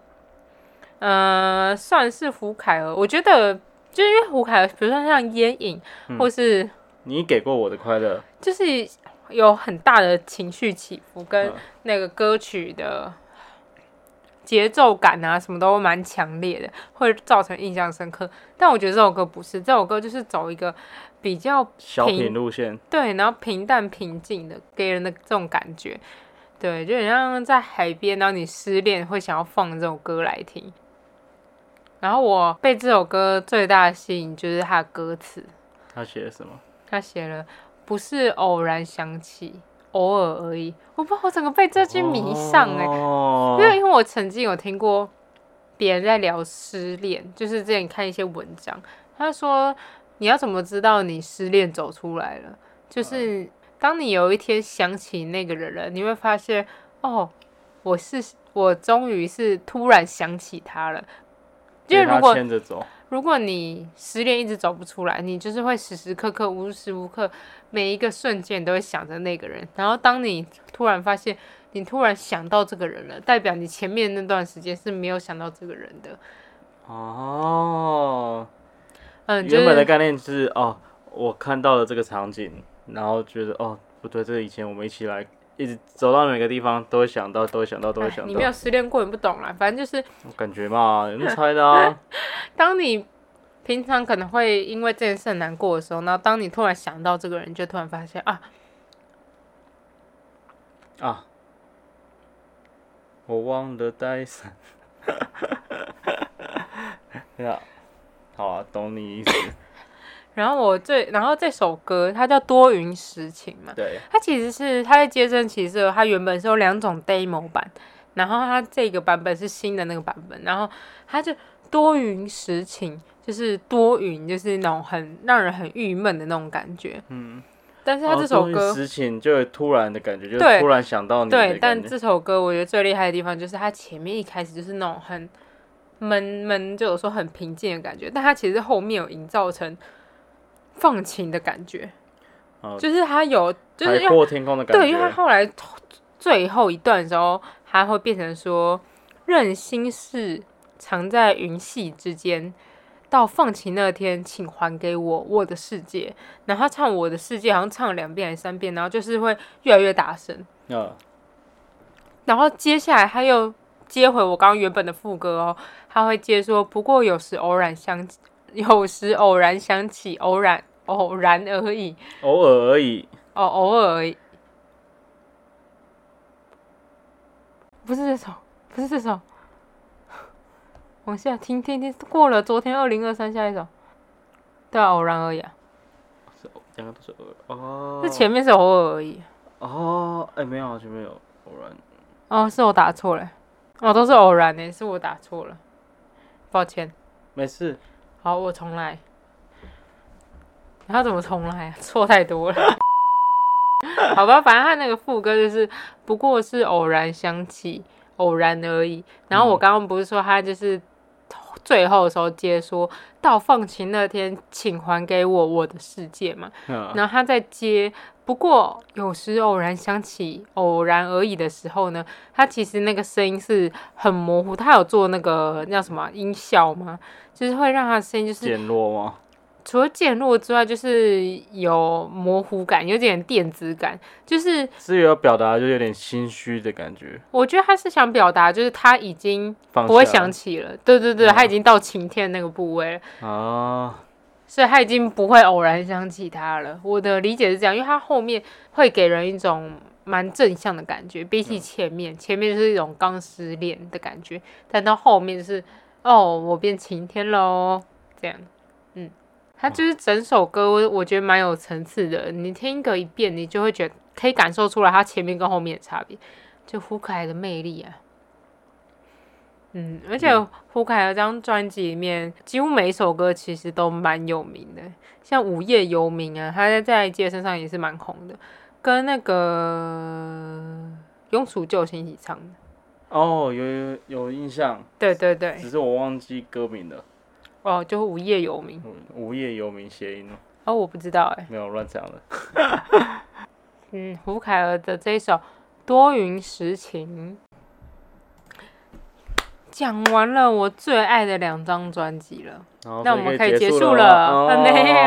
S1: 呃，算是胡凯尔，我觉得就是因为胡凯尔，比如说像《烟影》
S2: 嗯
S1: 或是
S2: 你给过我的快乐，
S1: 就是有很大的情绪起伏，跟
S2: 嗯
S1: 那个歌曲的节奏感啊，什么都蛮强烈的，会造成印象深刻。但我觉得这首歌不是，这首歌就是走一个比较
S2: 小
S1: 平
S2: 品路线，
S1: 对，然后平淡平静的，给人的这种感觉，对，就很像在海边，然后你失恋会想要放这首歌来听。然后我被这首歌最大的吸引就是它的歌词，
S2: 他写的什么？
S1: 他写了不是偶然想起，偶尔而已。我不知道我整个被这句迷上哎、
S2: 哦
S1: 因为因为我曾经有听过别人在聊失恋，就是之前看一些文章，他说你要怎么知道你失恋走出来了？
S2: 嗯
S1: 就是当你有一天想起那个人了，你会发现哦，我是我终于是突然想起他了。因为
S2: 被他
S1: 如果
S2: 牵着走，
S1: 如果你失恋一直走不出来，你就是会时时刻刻、无时无刻、每一个瞬间都会想着那个人。然后当你突然发现，你突然想到这个人了，代表你前面那段时间是没有想到这个人的。
S2: 哦，
S1: 嗯，就
S2: 原本的
S1: 是
S2: 概念是哦，我看到了这个场景，然后觉得哦不对，这个以前我们一起来，一直走到每个地方都会想到，都会想到，都会
S1: 哎
S2: 想
S1: 你没
S2: 到
S1: 有，失恋过，你不懂啦。反正就是
S2: 我感觉嘛，有人猜的啊，
S1: 当你平常可能会因为这件事很难过的时候，然后当你突然想到这个人，你就突然发现啊，
S2: 啊， 我忘了带伞。 对啊，好啊，懂你意思。
S1: 然后我最，然后这首歌它叫《多云时晴》嘛，
S2: 对，
S1: 它其实是它在街正骑士，它原本是有两种 demo 版，然后它这个版本是新的那个版本，然后它就多云时晴，就是多云，就是那种很让人很郁闷的那种感觉。
S2: 嗯。
S1: 但是它这首歌、
S2: 实情就会突然的感觉，就是
S1: 对
S2: 突然想到你的
S1: 对，
S2: 感
S1: 但
S2: 觉
S1: 这首歌我觉得最厉害的地方就是它前面一开始就是那种很闷闷，就有时候很平静的感觉，但它其实后面有营造成放晴的感觉，
S2: 哦
S1: 就是它有就是
S2: 海
S1: 要
S2: 阔天空的感觉。
S1: 对，因为他后来最后一段的时候，他会变成说，任心事藏在云隙之间，到放晴那天，请还给我我的世界。然后他唱我的世界，好像唱了两遍还是三遍，然后就是会越来越大声。
S2: 嗯
S1: 然后接下来他又接回我刚刚原本的副歌哦，他会接说，不过有时偶然想起，有时偶然想起，偶然偶然而已。
S2: 偶尔而已。
S1: 哦，偶尔而已，不是这首，不是这首，往下听听听，过了昨天二零二三下一首，对啊，偶然而已啊，
S2: 是两个都是偶尔哦。
S1: 这前面是偶尔而已，
S2: 哦，哎、没有啊，前面有偶然。
S1: 哦，是我打错了，哦，都是偶然呢、是我打错了，抱歉，
S2: 没事，
S1: 好，我重来，他怎么重来啊？错太多了。 好吧，反正他那个副歌就是，不过是偶然想起，偶然而已。然后我刚刚不是说他就是最后的时候接说到放晴那天，请还给我我的世界嘛。
S2: 嗯
S1: 然后他再接，不过有时偶然想起，偶然而已的时候呢，他其实那个声音是很模糊。他有做那个叫什么啊音效吗？就是会让他的声音就是
S2: 减弱吗？
S1: 除了渐弱之外，就是有模糊感，有点电子感，就是
S2: 是有表达就有点心虚的感觉，
S1: 我觉得他是想表达，就是他已经
S2: 放
S1: 不会
S2: 下
S1: 想起了，对对对，
S2: 嗯
S1: 他已经到晴天那个部位了，
S2: 啊，
S1: 所以他已经不会偶然想起他了。我的理解是这样，因为他后面会给人一种蛮正向的感觉，比起前面，前面就是一种刚失恋的感觉，但到后面就是哦，我变晴天喽，这样，嗯，他就是整首歌，我我觉得蛮有层次的，你听个一遍，你就会觉得可以感受出来他前面跟后面的差别，就胡凯的魅力啊。嗯，而且胡凯的这张专辑里面，几乎每一首歌其实都蛮有名的，像《午夜游民》啊，他在在街身上也是蛮红的，跟那个庸俗救星一起唱的。
S2: 哦，有有有印象，
S1: 对对对，
S2: 只是我忘记歌名了，
S1: 哦，就是《午夜游民》
S2: 嗯无业游民谐音哦，
S1: 哦，我不知道哎、
S2: 没有乱讲的，
S1: 嗯，胡凯儿的这一首《多云时晴》，讲完了我最爱的两张专辑了。
S2: 然后
S1: 那我
S2: 哦所以
S1: 们
S2: 可以
S1: 结
S2: 束哦
S1: 了，
S2: 吗
S1: 啊 没有，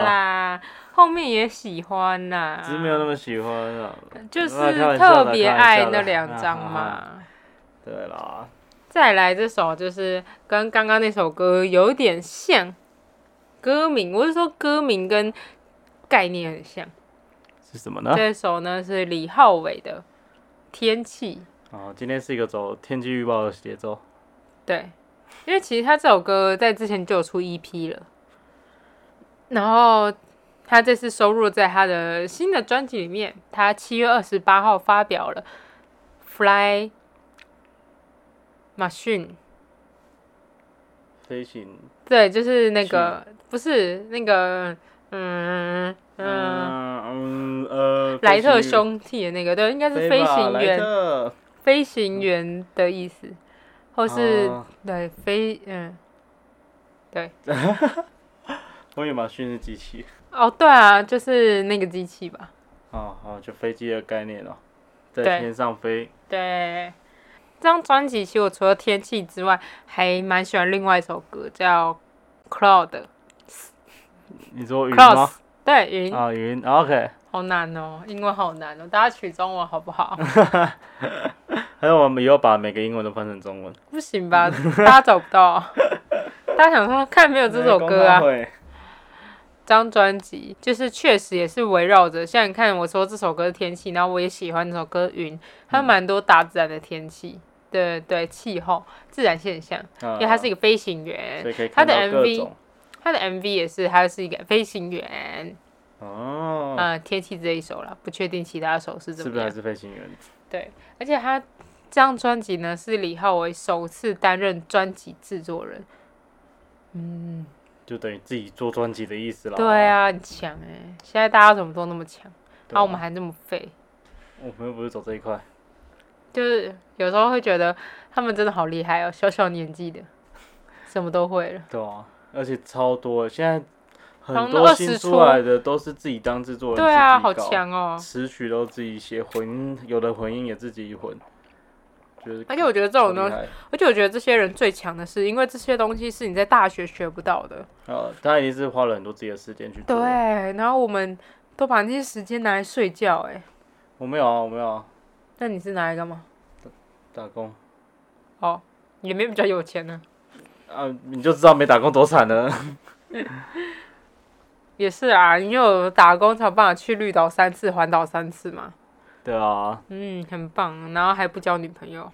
S2: 哦
S1: 啦，后面也喜欢呐，
S2: 只是没有那么喜欢啊，
S1: 就是
S2: 啊开玩笑的
S1: 特别
S2: 开玩笑
S1: 爱
S2: 的
S1: 那两张嘛。
S2: 啊对啦，
S1: 再来这首就是跟刚刚那首歌有点像，歌名我是说歌名跟概念很像。
S2: 是什么呢？
S1: 这首呢是李浩伟的《天气》。
S2: 哦，今天是一个走天气预报的节奏，
S1: 对，因为其实他这首歌在之前就有出 EP 了，然后他这次收录在他的新的专辑里面，他七月二十八号发表了《Fly Machine》，
S2: 飞行，
S1: 对，就是那个不是那个嗯嗯。
S2: 嗯嗯呃，
S1: 莱
S2: 飞行
S1: 特
S2: 员
S1: 兄弟的那个，对，应该是
S2: 飞
S1: 飞
S2: 吧
S1: 行
S2: 莱
S1: 员，
S2: 特
S1: 飞行员的意思，或是、
S2: 啊
S1: 对飞，嗯，
S2: 我以为马逊是机器。
S1: 哦，对啊，就是那个机器吧。
S2: 哦，好，就飞机的概念哦，在
S1: 对
S2: 天上飞。
S1: 对，这张专辑其实我除了《天气》之外，还蛮喜欢另外一首歌叫《Cloud》
S2: 你说云吗
S1: Clouds，？对，云、
S2: 啊，云。OK，
S1: 好难哦，英文好难哦，大家取中文好不好？
S2: 还有我们以后把每个英文都翻成中文。
S1: 不行吧，大家找不到。大家想说看没有 这首歌啊？
S2: 哎
S1: 这张专辑就是确实也是围绕着，像你
S2: 嗯
S1: 看我说这首歌《天气》，然后我也喜欢这首歌《云》，它蛮多大自然的天气。对对，气候自然现象，
S2: 因
S1: 因为他是一
S2: 个，
S1: 个飞行员，
S2: 嗯啊所以可以
S1: 他
S2: 看
S1: 的
S2: 到各
S1: MV
S2: 种
S1: 他的 MV 也是他是一个飞行员。
S2: 哦，
S1: 呃，天气这一首啦，不确定其他首是怎
S2: 是不
S1: 么
S2: 是还
S1: 样。
S2: 是飞行员？
S1: 对，而且他这张专辑呢是李浩为首次担任专辑制作人。嗯，
S2: 就等于自己做专辑的意思啦。
S1: 对啊，很强哎、现在大家怎么都那么强，
S2: 对啊，
S1: 然后我们还那么废，
S2: 我们又不是走这一块，
S1: 就是有时候会觉得他们真的好厉害哦，小小年纪 的什么都会了。
S2: 对啊，而且超多，现在
S1: 好
S2: 很
S1: 像
S2: 多
S1: 20
S2: 新出
S1: 出
S2: 来的都是自己当制作人，
S1: 对啊，
S2: 自
S1: 好
S2: 己搞，
S1: 强哦！
S2: 词曲都自己写，混音有的混音也自己混，就是
S1: 而且我觉得这种
S2: 超
S1: 东
S2: 厉
S1: 西，
S2: 害。
S1: 而且我觉得这些人最强的是，因为这些东西是你在大学学不到的。
S2: 呃，他一定是花了很多自己的时间去做。
S1: 对，，然后我们都把那些时间拿来睡觉、哎，
S2: 我没有啊，我没有啊，
S1: 那你是拿来干嘛？
S2: 打工
S1: 哦，也没比较有钱呢、
S2: 啊，你就知道没打工多惨了。
S1: 也是啊，你有打工才有办法去绿岛三次，环岛三次嘛。
S2: 对啊，
S1: 嗯，很棒，然后还不交女朋友。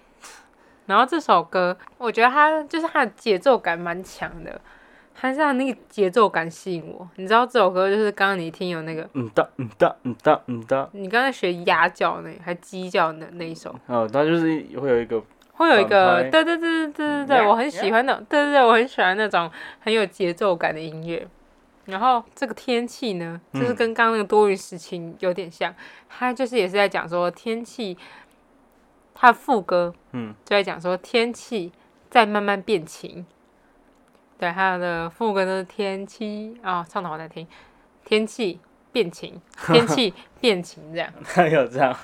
S1: 然后这首歌，我觉得它就是它的节奏感蛮强的，还是它那个节奏感吸引我。你知道这首歌就是刚刚你听有那个，
S2: 嗯哒嗯哒嗯哒嗯哒，
S1: 你刚才学鸭叫那还鸡叫那那一首，
S2: 哦，他就是会有一个
S1: 会有一个
S2: 反拍
S1: 对对对对对对
S2: 嗯
S1: 对，
S2: 呀
S1: 我很喜欢那种，对对对，我很喜欢那种很有节奏感的音乐。然后这个天气呢，
S2: 嗯
S1: 就是跟刚刚那个多云时晴有点像，它就是也是在讲说天气，它的副歌
S2: 嗯
S1: 就在讲说天气在慢慢变晴。对，它的副歌呢，天气啊、唱的好难听，天气变晴，天气变晴这样。
S2: 还有这样，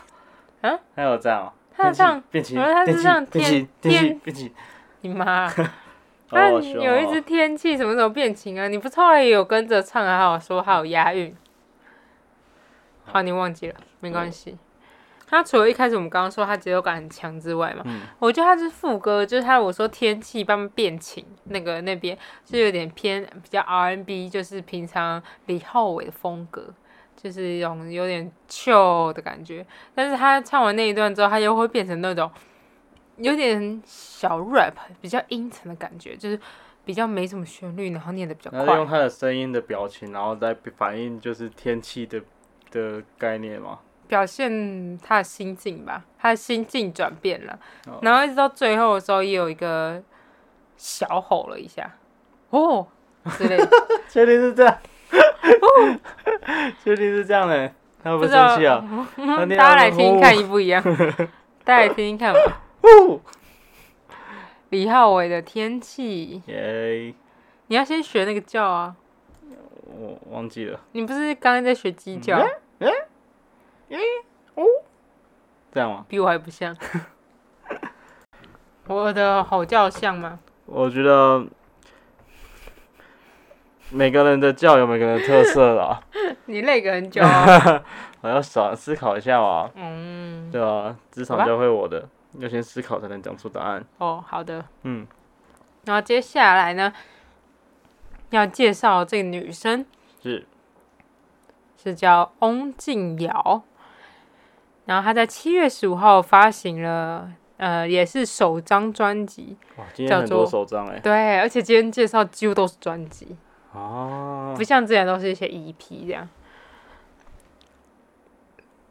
S1: 啊，
S2: 还有这样哦，
S1: 他有这样
S2: 变形，
S1: 我说他
S2: 变
S1: 是
S2: 形
S1: 这样
S2: 变形，
S1: 天
S2: 变形，
S1: 天
S2: 变形，
S1: 你妈、啊那
S2: 哦好
S1: 你
S2: 凶
S1: 有一
S2: 哦
S1: 只天气什么时候变晴啊？你不是后来也有跟着唱啊？还有说还有押韵。好，你忘记了，没关系。它除了一开始我们刚刚说它节奏感很强之外嘛，
S2: 嗯
S1: 我觉得它是副歌，就是它我说天气慢慢变晴，那个那边就有点偏比较 R&B，就是平常李浩伟的风格，就是一种有点 chill 的感觉。但是他唱完那一段之后，他又会变成那种有点小 rap，比较阴沉的感觉，就是比较没什么旋律，然后念的比较
S2: 然后
S1: 快
S2: 用。他的声音的表情，然后再反映就是天气的的概念嘛。
S1: 表现他的心境吧，他的心境转变了，
S2: 哦
S1: 然后一直到最后的时候，也有一个小吼了一下，哦之 类的，
S2: 确定是这样？
S1: 哦
S2: 确定是这样嘞、他会
S1: 不
S2: 不会
S1: 知道
S2: 生气啊？ 他念
S1: 大家
S2: 到
S1: 来
S2: 说
S1: 听听看一不一样， 大家来听听看吧。
S2: 呼
S1: 李浩伟的《天气》，
S2: 耶，
S1: 你要先学那个叫啊，
S2: 我忘记了，
S1: 你不是刚刚在学鸡叫，啊
S2: 这样吗？
S1: 比我还不像。我的吼叫像吗？
S2: 我觉得每个人的叫有每个人的特 色啦，
S1: 你累个很久、哦。
S2: 我要少思考一下啊。
S1: 嗯，
S2: 对啊，职场
S1: 好吧
S2: 教会我的，要先思考才能讲出答案。
S1: 哦，好的。
S2: 嗯，
S1: 然后接下来呢，要介绍这个女生
S2: 是
S1: 是叫翁静瑶，然后她在七月十五号发行了，呃，也是首张专辑，
S2: 哇，今天
S1: 叫
S2: 很多
S1: 做
S2: 手账哎、
S1: 对，而且今天介绍几乎都是专辑，
S2: 哦，
S1: 不像之前都是一些 EP 这样。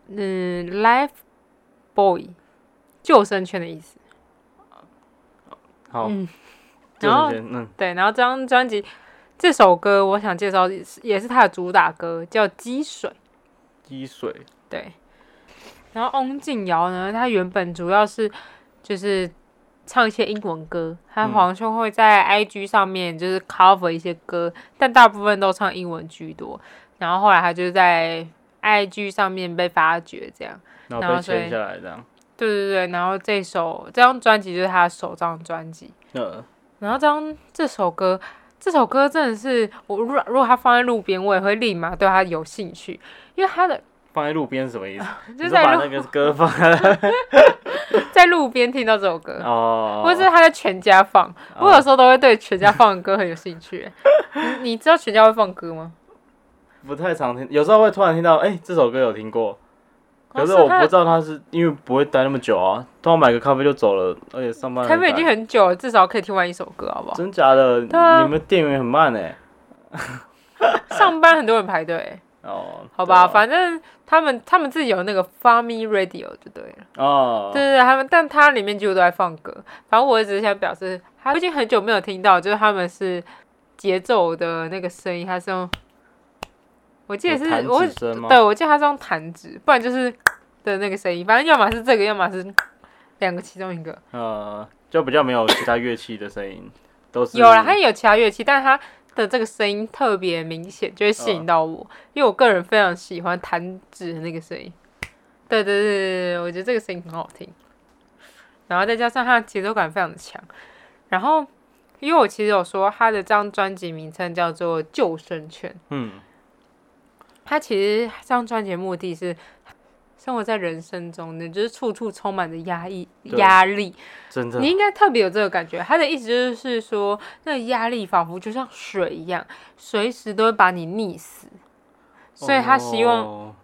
S1: 嗯，Life Boy，救生圈的意思。
S2: 好，
S1: 嗯，
S2: 这
S1: 然后
S2: 瞬间嗯，
S1: 对，然后这张专辑这首歌，我想介绍也是也是他的主打歌，叫《积水》。
S2: 积水，
S1: 对，然后翁静瑶呢，她原本主要是就是唱一些英文歌，她
S2: 嗯
S1: 黄兄会在 IG 上面就是 cover 一些歌，但大部分都唱英文居多。然后后来她就在 IG 上面被发掘，这样。
S2: 然
S1: 然
S2: 后
S1: 后
S2: 被
S1: 所
S2: 签
S1: 以
S2: 下来这样。
S1: 对对对，然后这首这张专辑就是她的首张专辑。
S2: 呃，
S1: 然后这张这首歌，这首歌真的是我如果如果它放在路边，我也会立马对它有兴趣，因为它的
S2: 放在路边是什么意思？
S1: 就
S2: 你
S1: 是
S2: 说把
S1: 在
S2: 那
S1: 路
S2: 个歌 放在
S1: 在路边听到这首歌，
S2: 哦，
S1: 或者是他在全家放，我有时候都会对全家放的歌很有兴趣。 欸你你知道全家会放歌吗？
S2: 不太常听，有时候会突然听到，哎、这首歌有听过，可是
S1: 哦
S2: 我
S1: 他
S2: 不知道他是因为不会待那么久啊，通常买个咖啡就走了，而且上班
S1: 台北已
S2: 很
S1: 经
S2: 赶
S1: 很久了，至少可以听完一首歌，好不好？
S2: 真假的，
S1: 对啊
S2: 你们店员很慢哎、
S1: 上班很多人排队，
S2: 哦，
S1: 好吧，
S2: 对啊
S1: 反正他们他们自己有那个 Farmy Radio 就对了，
S2: 哦，
S1: 对对对，他们但他里面几乎都在放歌，反正我只是想表示，他已经很久没有听到，就是他们是节奏的那个声音，他是用，我记得是
S2: 有弹
S1: 我
S2: 指声吗
S1: 对我记得他是用弹指，不然就是的那个声音，反正要么是这个，要么是两个其中一个。
S2: 呃，就比较没有其他乐器的声音，都是
S1: 有啦，它也有其他乐器，但是它的这个声音特别明显，就会吸
S2: 嗯
S1: 引到我，因为我个人非常喜欢弹指的那个声音。对对对对对，我觉得这个声音很好听，然后再加上它的节奏感非常的强，然后因为我其实有说它的这张专辑名称叫做《救生圈》，
S2: 嗯，
S1: 它其实这张专辑的目的是。生活在人生中呢，就是处处充满着压抑、
S2: 对
S1: 压力，
S2: 真的哦
S1: 你应该特别有这个感觉。他的意思就是说，那个压力仿佛就像水一样，随时都会把你溺死。所以他希望，
S2: 哦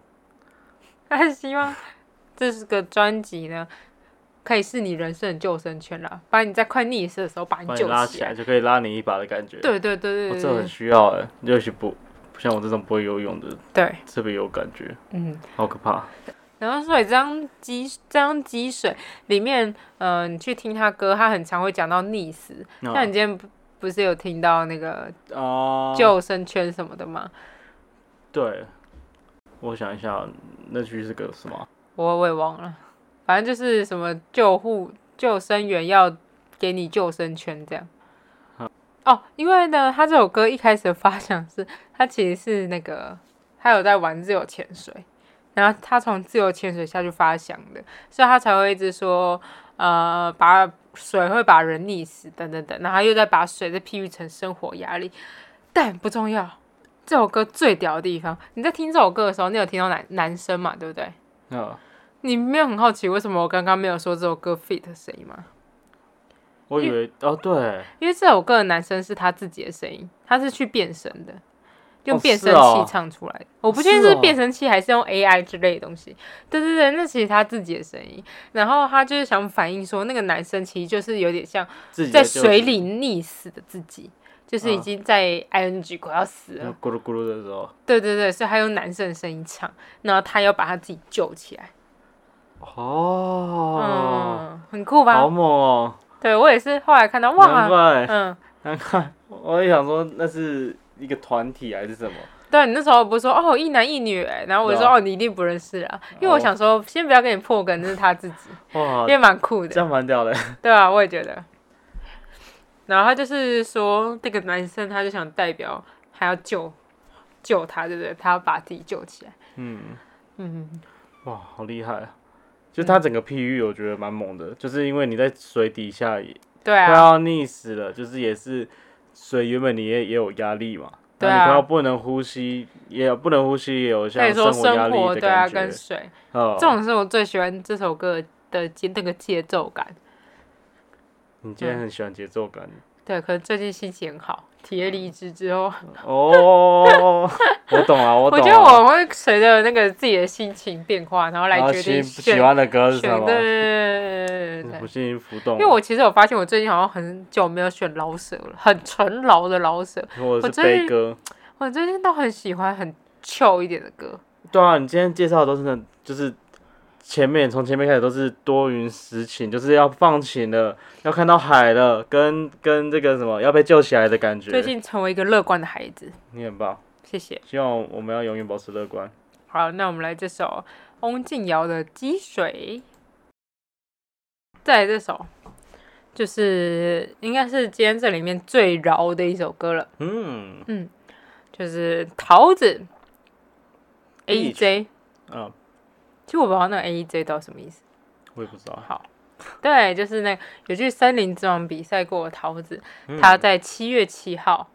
S1: 他希望这是个专辑呢，可以是你人生的救生圈啦，把你在快溺死的时候把你
S2: 把你
S1: 救
S2: 拉
S1: 起
S2: 起
S1: 来。
S2: 来就可以拉你一把的感觉。，
S1: 对对对
S2: 我
S1: 对
S2: 这
S1: 对
S2: 很需要哎、尤其不不像我这种不会游泳的，
S1: 对，
S2: 特别有感觉，
S1: 嗯。
S2: 好可怕。
S1: 然后所以这张积这张积水里面，嗯、你去听他歌，他很常会讲到溺死。
S2: 那
S1: 像你今天不不是有听到那个
S2: 啊，
S1: 救生圈什么的吗？
S2: 对，我想一下，那句是个什么？啊
S1: 我我也忘了，反正就是什么救护救生员要给你救生圈这样。哦，因为呢，他这首歌一开始的发想是，他其实是那个他有在玩自由潜水，然后他从自由潜水下去发想的，所以他才会一直说，呃，把水会把人溺死等等等，然后他又在把水再譬喻成生活压力，但不重要。这首歌最屌的地方，你在听这首歌的时候，你有听到男男生嘛，对不对？
S2: 啊，
S1: 你没有很好奇为什么我刚刚没有说这首歌 fit 谁吗？
S2: 我以为哦，对，
S1: 因为这首歌的男生是他自己的声音，他是去变声的，用
S2: 哦
S1: 变声
S2: 是哦
S1: 器唱出来的。我不确定
S2: 是
S1: 是
S2: 哦
S1: 变声器还是用 AI 之类的东西。对对对，那其实他自己的声音。然后他就是想反映说，那个男生其实就是有点像
S2: 自己
S1: 在
S2: 的就是
S1: 水里溺死的自己，就是已
S2: 嗯
S1: 经在 ing 快要死了
S2: 就。咕噜咕噜的时候，
S1: 对对对，所以他用男生的声音唱，然后他要把他自己救起来。
S2: 哦，
S1: 嗯，很酷
S2: 好
S1: 吧？
S2: 猛哦，
S1: 对我也是后来看到
S2: 难
S1: 哇，
S2: 怪。
S1: 嗯。
S2: 难怪，我也想说那是一个团体还是什么？
S1: 对啊你那时候不是说哦一男一女欸，然后我就说、
S2: 对啊哦
S1: 哦你一定不认识啊，因为我想说先不要跟你破梗，那是他自己，
S2: 哇
S1: 因，为蛮酷
S2: 这
S1: 的，
S2: 样蛮屌 的。
S1: 对啊，我也觉得。然后他就是说这个男生他就想代表他要救救他，对不对？他要把自己救起来，
S2: 嗯，
S1: 嗯，
S2: 哇，好厉害啊！就他整个譬喻，我觉得蛮猛的，就是因为你在水底下也
S1: 对
S2: 快
S1: 啊，
S2: 要溺死了，就是也是水原本你也也有压力嘛，
S1: 对
S2: 那
S1: 啊
S2: 你快要不能呼吸，也有不能呼吸，也有
S1: 可
S2: 像
S1: 以说
S2: 生活压
S1: 生活
S2: 力的
S1: 对啊
S2: 感
S1: 跟
S2: 觉。
S1: 水，
S2: 哦
S1: 这种是我最喜欢这首歌的节那个节奏感，
S2: 你今天很喜欢节奏感
S1: 对，可能最近心情很好，体
S2: 嗯
S1: 验离职之后。
S2: 哦，我懂啊，我
S1: 嗯我
S2: 懂啊。
S1: 觉得我会随着那个自己的心情变化，然后来
S2: 然后
S1: 决定
S2: 啊喜
S1: 选
S2: 喜欢的歌是什
S1: 选
S2: 么
S1: 对？对对对对对。
S2: 不幸浮动。
S1: 因为我其实我发现我最近好像很久没有选老舍了，很纯老的老舍。
S2: 或者
S1: 我
S2: 是
S1: 最近
S2: 悲歌。
S1: 我最近都很喜欢很 chill 一点的歌，
S2: 对啊，你今天介绍的都是那，就是前面从前面开始都是多云时晴，就是要放晴了，要看到海了，跟跟这个什么要被救起来的感觉。
S1: 最近成为一个乐观的孩子。
S2: 你很棒，
S1: 谢谢。
S2: 希望我们要永远保持乐观。
S1: 好，那我们来这首翁静瑶的《积水》，再来这首，就是应该是今天这里面最饶的一首歌了。
S2: 嗯，
S1: 就是桃子
S2: Peach
S1: AJ。
S2: 啊，
S1: 其实我不知道那个 AJ 到底什么意思。
S2: 我也不知道。
S1: 好，对，就是那个有去森林之王比赛过的桃子，他在七月七号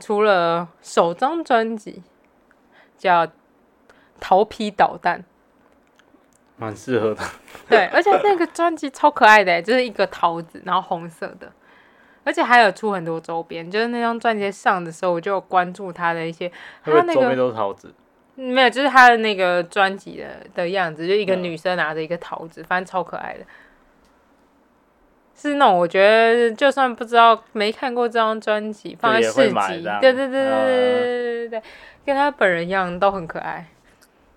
S1: 出了首张专辑，叫《桃皮导弹》。
S2: 蛮适合的。
S1: 对，而且那个专辑超可爱的欸，就是一个桃子，然后红色的，而且还有出很多周边。就是那张专辑上的时候，我就有关注他的一些，
S2: 会不
S1: 他
S2: 会
S1: 那
S2: 周边
S1: 个
S2: 都是桃子？
S1: 没有，就是他的那个专辑的的样子，就一个
S2: 嗯
S1: 女生拿着一个桃子，反正超可爱的。是那种我觉得就算不知道没看过这张专辑，放在
S2: 也
S1: 市
S2: 会买
S1: 集
S2: 这样，
S1: 对对对对对对
S2: 嗯
S1: 对对对，跟他本人一样都很可爱。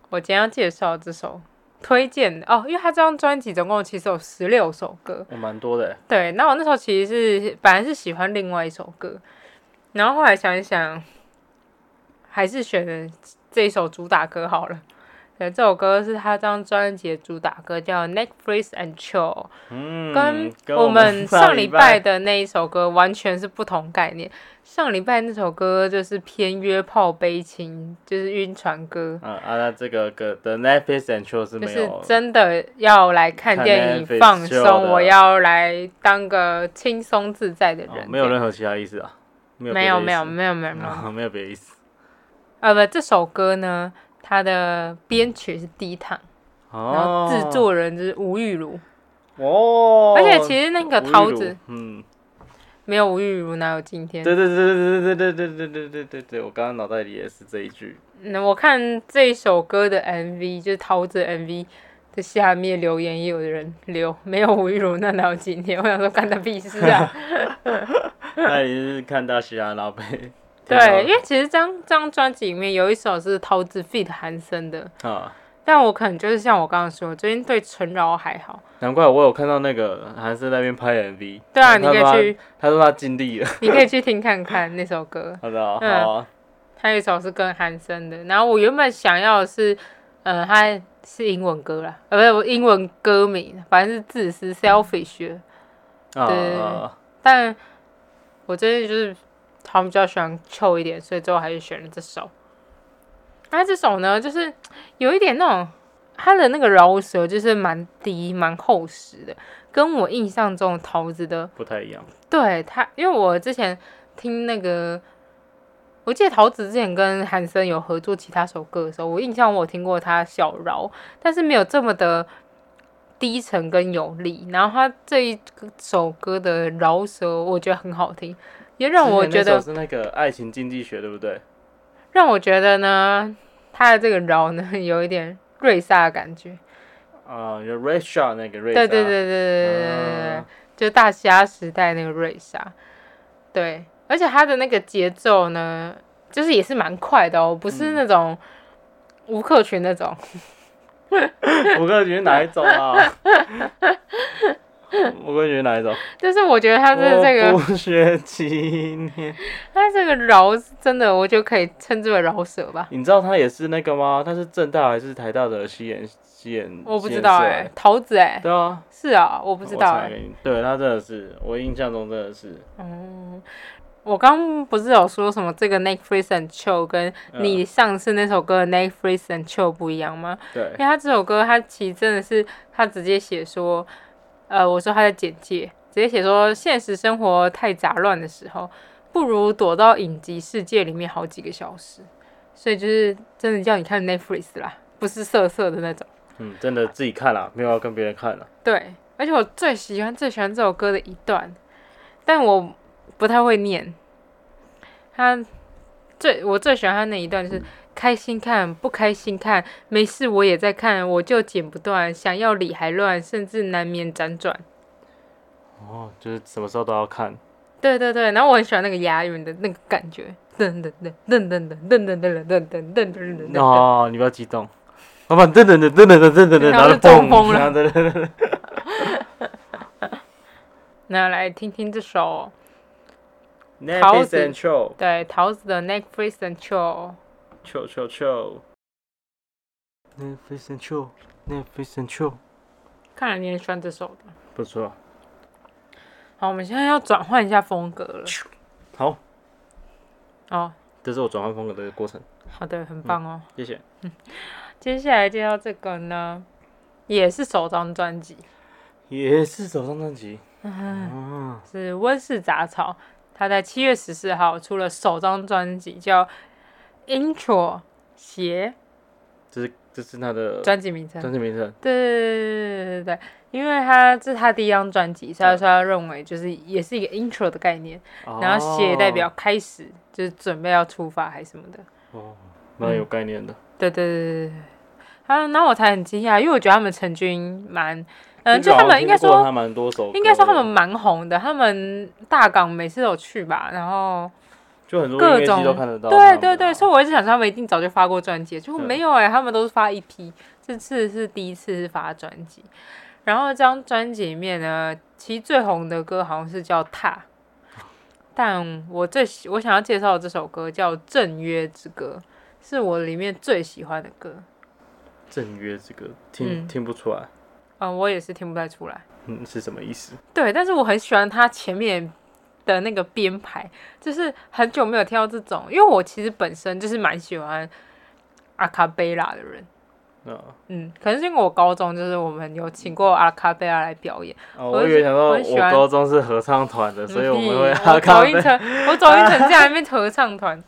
S1: 我今天要介绍这首推荐的哦，因为他这张专辑总共其实有十六首歌，
S2: 我蛮多的欸，
S1: 对，那我那时候其实是本来是喜欢另外一首歌，然后后来想一想，还是选了这一首主打歌好了。对，这首歌是他这张专辑的主打歌，叫《Netflix and Chill》，
S2: 嗯，
S1: 跟
S2: 跟
S1: 我们上礼
S2: 礼拜
S1: 拜的那一首歌完全是不同概念。上礼拜那首歌就是偏约炮悲情，就是晕船歌，
S2: 嗯啊，那这个歌的 Netflix and Chill 是
S1: 就
S2: 没
S1: 是
S2: 有，
S1: 真的要来看
S2: 看
S1: 电影
S2: Netflix
S1: 放
S2: chill
S1: 松，我
S2: 的
S1: 要来当个轻松自在的人
S2: 哦
S1: 这样，
S2: 没有任何其他意思啊，没有
S1: 没
S2: 别
S1: 有
S2: 的
S1: 没有
S2: 意思
S1: 没有没有没有，
S2: 啊没有别的意思
S1: 呃不，这首歌呢，它的编曲是低躺，然后
S2: 哦，
S1: 制作人就是吴玉如，
S2: 哦，
S1: 而且其实那个
S2: 吴亦
S1: 桃
S2: 如
S1: 子，
S2: 嗯，
S1: 没有吴玉如哪有今天？
S2: 对对对对对对对对对对对对，我刚刚脑袋里也是这一句，
S1: 那我看这一首歌的 MV，就是桃子 MV 的下面留言也有人留，没有吴玉如那哪有今天？我想说干他屁事 啊！
S2: 那你是看大西啊，然后被啊
S1: 对，因为其实这张这张专辑里面有一首是桃子 feat 韩森的，
S2: 啊，
S1: 但我可能就是像我刚刚说，我最近对陈饶还好。
S2: 难怪我有看到那个韩式那边拍 MV，
S1: 对啊，
S2: 哦他
S1: 你可以
S2: 说
S1: 去，
S2: 他，他说他尽力了，
S1: 你可以去听看看那首歌。
S2: 好的哦，
S1: 嗯
S2: 好啊，
S1: 还有一首是跟韩生的，然后我原本想要的是，呃，它是英文歌啦，呃，不是我英文歌名，反正是自私 selfish，的
S2: 啊
S1: 对
S2: 啊啊
S1: 但我最近就是好像比较喜欢 chill 一点，所以最后还是选了这首。那这首呢，就是有一点那种它的那个饶舌就是蛮低、蛮厚实的，跟我印象中的桃子的
S2: 不太一样，
S1: 对他，因为我之前听那个，我记得桃子之前跟韩森有合作其他首歌的时候，我印象我有听过他小饶，但是没有这么的低沉跟有力。然后他这一首歌的饶舌，我觉得很好听，也让我
S2: 之前
S1: 觉
S2: 那首
S1: 得，
S2: 是那个爱情经济学，对不对？
S1: 让我觉得呢，他的这个饶呢有一点瑞莎的感觉。
S2: 啊，有 Ray Shaw 那个啊 Ray，
S1: 对对对对对对对对，就大虾时代那个瑞莎，对，而且它的那个节奏呢，就是也是蛮快的哦，不
S2: 嗯
S1: 是那种吴克群那种，
S2: 对，我个人觉得哪一种啊？我个人觉得哪一种？
S1: 就是我觉得它的这
S2: 我
S1: 个
S2: 哦不学今年，
S1: 它这个饶是真的，我就可以称之为饶舌吧，
S2: 你知道他也是那个吗？他是正大还是台大的西演西演？
S1: 我不知道哎、
S2: 哎。
S1: 桃子哎、
S2: 对啊，
S1: 是啊，我不知道
S2: 我
S1: 哎、
S2: 传给你对他真的是，我印象中真的是，
S1: 嗯，我刚不是有说什么这个 Nick Free and Chill 跟
S2: 嗯
S1: 你上次那首歌的 Nick Free and Chill 不一样吗？
S2: 对
S1: 因为他这首歌，他其实真的是他直接写说，呃，我说他的简介，直接写说现实生活太杂乱的时候，不如躲到影集世界里面好几个小时。所以就是真的叫你看 Netflix 啦，不是色色的那种。
S2: 嗯，真的自己看了，没有要跟别人看了。
S1: 对，而且我最喜欢最喜欢这首歌的一段，但我不太会念。他最我最喜欢他那一段就是开心看，不开心看，没事我也在看，我就剪不断，想要理还乱，甚至难免辗转。
S2: 哦，就是什么时候都要看，
S1: 对对对，然后我很喜欢那个押韵的那个感觉，噔噔噔噔噔噔噔噔噔噔噔噔噔噔。
S2: 哦，你不要激动，老板噔噔噔噔噔噔噔噔，
S1: 然后
S2: 然后
S1: 就中风了
S2: 然后噔噔噔，
S1: 那来听听这首桃
S2: Netflix
S1: 子
S2: and chill，
S1: 对桃子的《Netflix and Chill》。
S2: chill chill chill。Netflix and chill, Netflix and chill，
S1: 看来你很喜欢这首的。
S2: 不错。
S1: 好，我们现在要转换一下风格了。
S2: 好，
S1: 哦，
S2: 这是我转换风格的过程，
S1: 好的，很棒哦。
S2: 谢谢。
S1: 接下来介绍这个呢，也是首张专辑，
S2: 也是首张专辑，嗯，
S1: 是温室杂草。他在七月十四号出了首张专辑，叫《Intro》，鞋
S2: 这是这是他的
S1: 专辑名称。
S2: 专辑名称，
S1: 对对对对对对，因为他这是他第一张专辑，所以他说他认为就是也是一个 intro 的概念，
S2: 哦
S1: 然后鞋代表开始，就是准备要出发还是什么的。
S2: 哦，哦蛮有概念的，
S1: 对对对对对，还有那我才很惊讶，因为我觉得他们成军蛮，嗯，就
S2: 好
S1: 他
S2: 像
S1: 们应该
S2: 听过
S1: 说
S2: 他蛮多首歌的，
S1: 应该说他们蛮红的，他们大港每次都有去吧，然后
S2: 就很多
S1: 各
S2: 音乐
S1: 种
S2: 季都看得到他们啊。
S1: 对对对，所以我一直想说他们一定早就发过专辑，结果
S2: 对
S1: 没有哎、他们都是发一批，这次是第一次是发专辑，然后这张专辑里面呢，其实最红的歌好像是叫《踏》， 但我最喜我想要介绍的这首歌叫《正约之歌》，是我里面最喜欢的歌，
S2: 正约这个听、
S1: 嗯
S2: 听不出来，
S1: 嗯，我也是听不太出来。
S2: 嗯，是什么意思？
S1: 对，但是我很喜欢它前面的那个编排，就是很久没有听到这种，因为我其实本身就是蛮喜欢阿卡贝拉的人，
S2: 啊，
S1: 嗯，可能是因为我高中就是我们有请过阿卡贝拉来表演，
S2: 哦，
S1: 我
S2: 我以
S1: 是
S2: 为想到
S1: 我很喜
S2: 我
S1: 欢
S2: 高中是合唱团的， 所以我们会
S1: 嗯我
S2: 咖
S1: 走
S2: 啡
S1: 音成，我走音成这样，还变合唱团，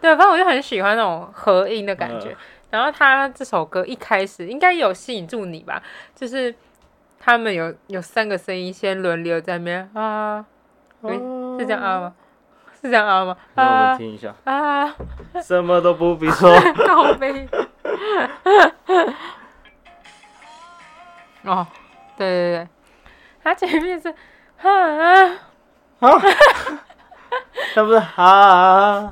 S1: 对，反正我就很喜欢那种合音的感觉。
S2: 嗯
S1: 然后他这首歌一开始应该有吸引住你吧，就是他们有有三个声音先轮流在那边啊，喂是这样啊吗？是这样啊吗？
S2: 那我们
S1: 啊
S2: 听一下，
S1: 啊，
S2: 什么都不必说，
S1: 倒杯。 哦，对对对，他前面是啊啊，
S2: 那不是啊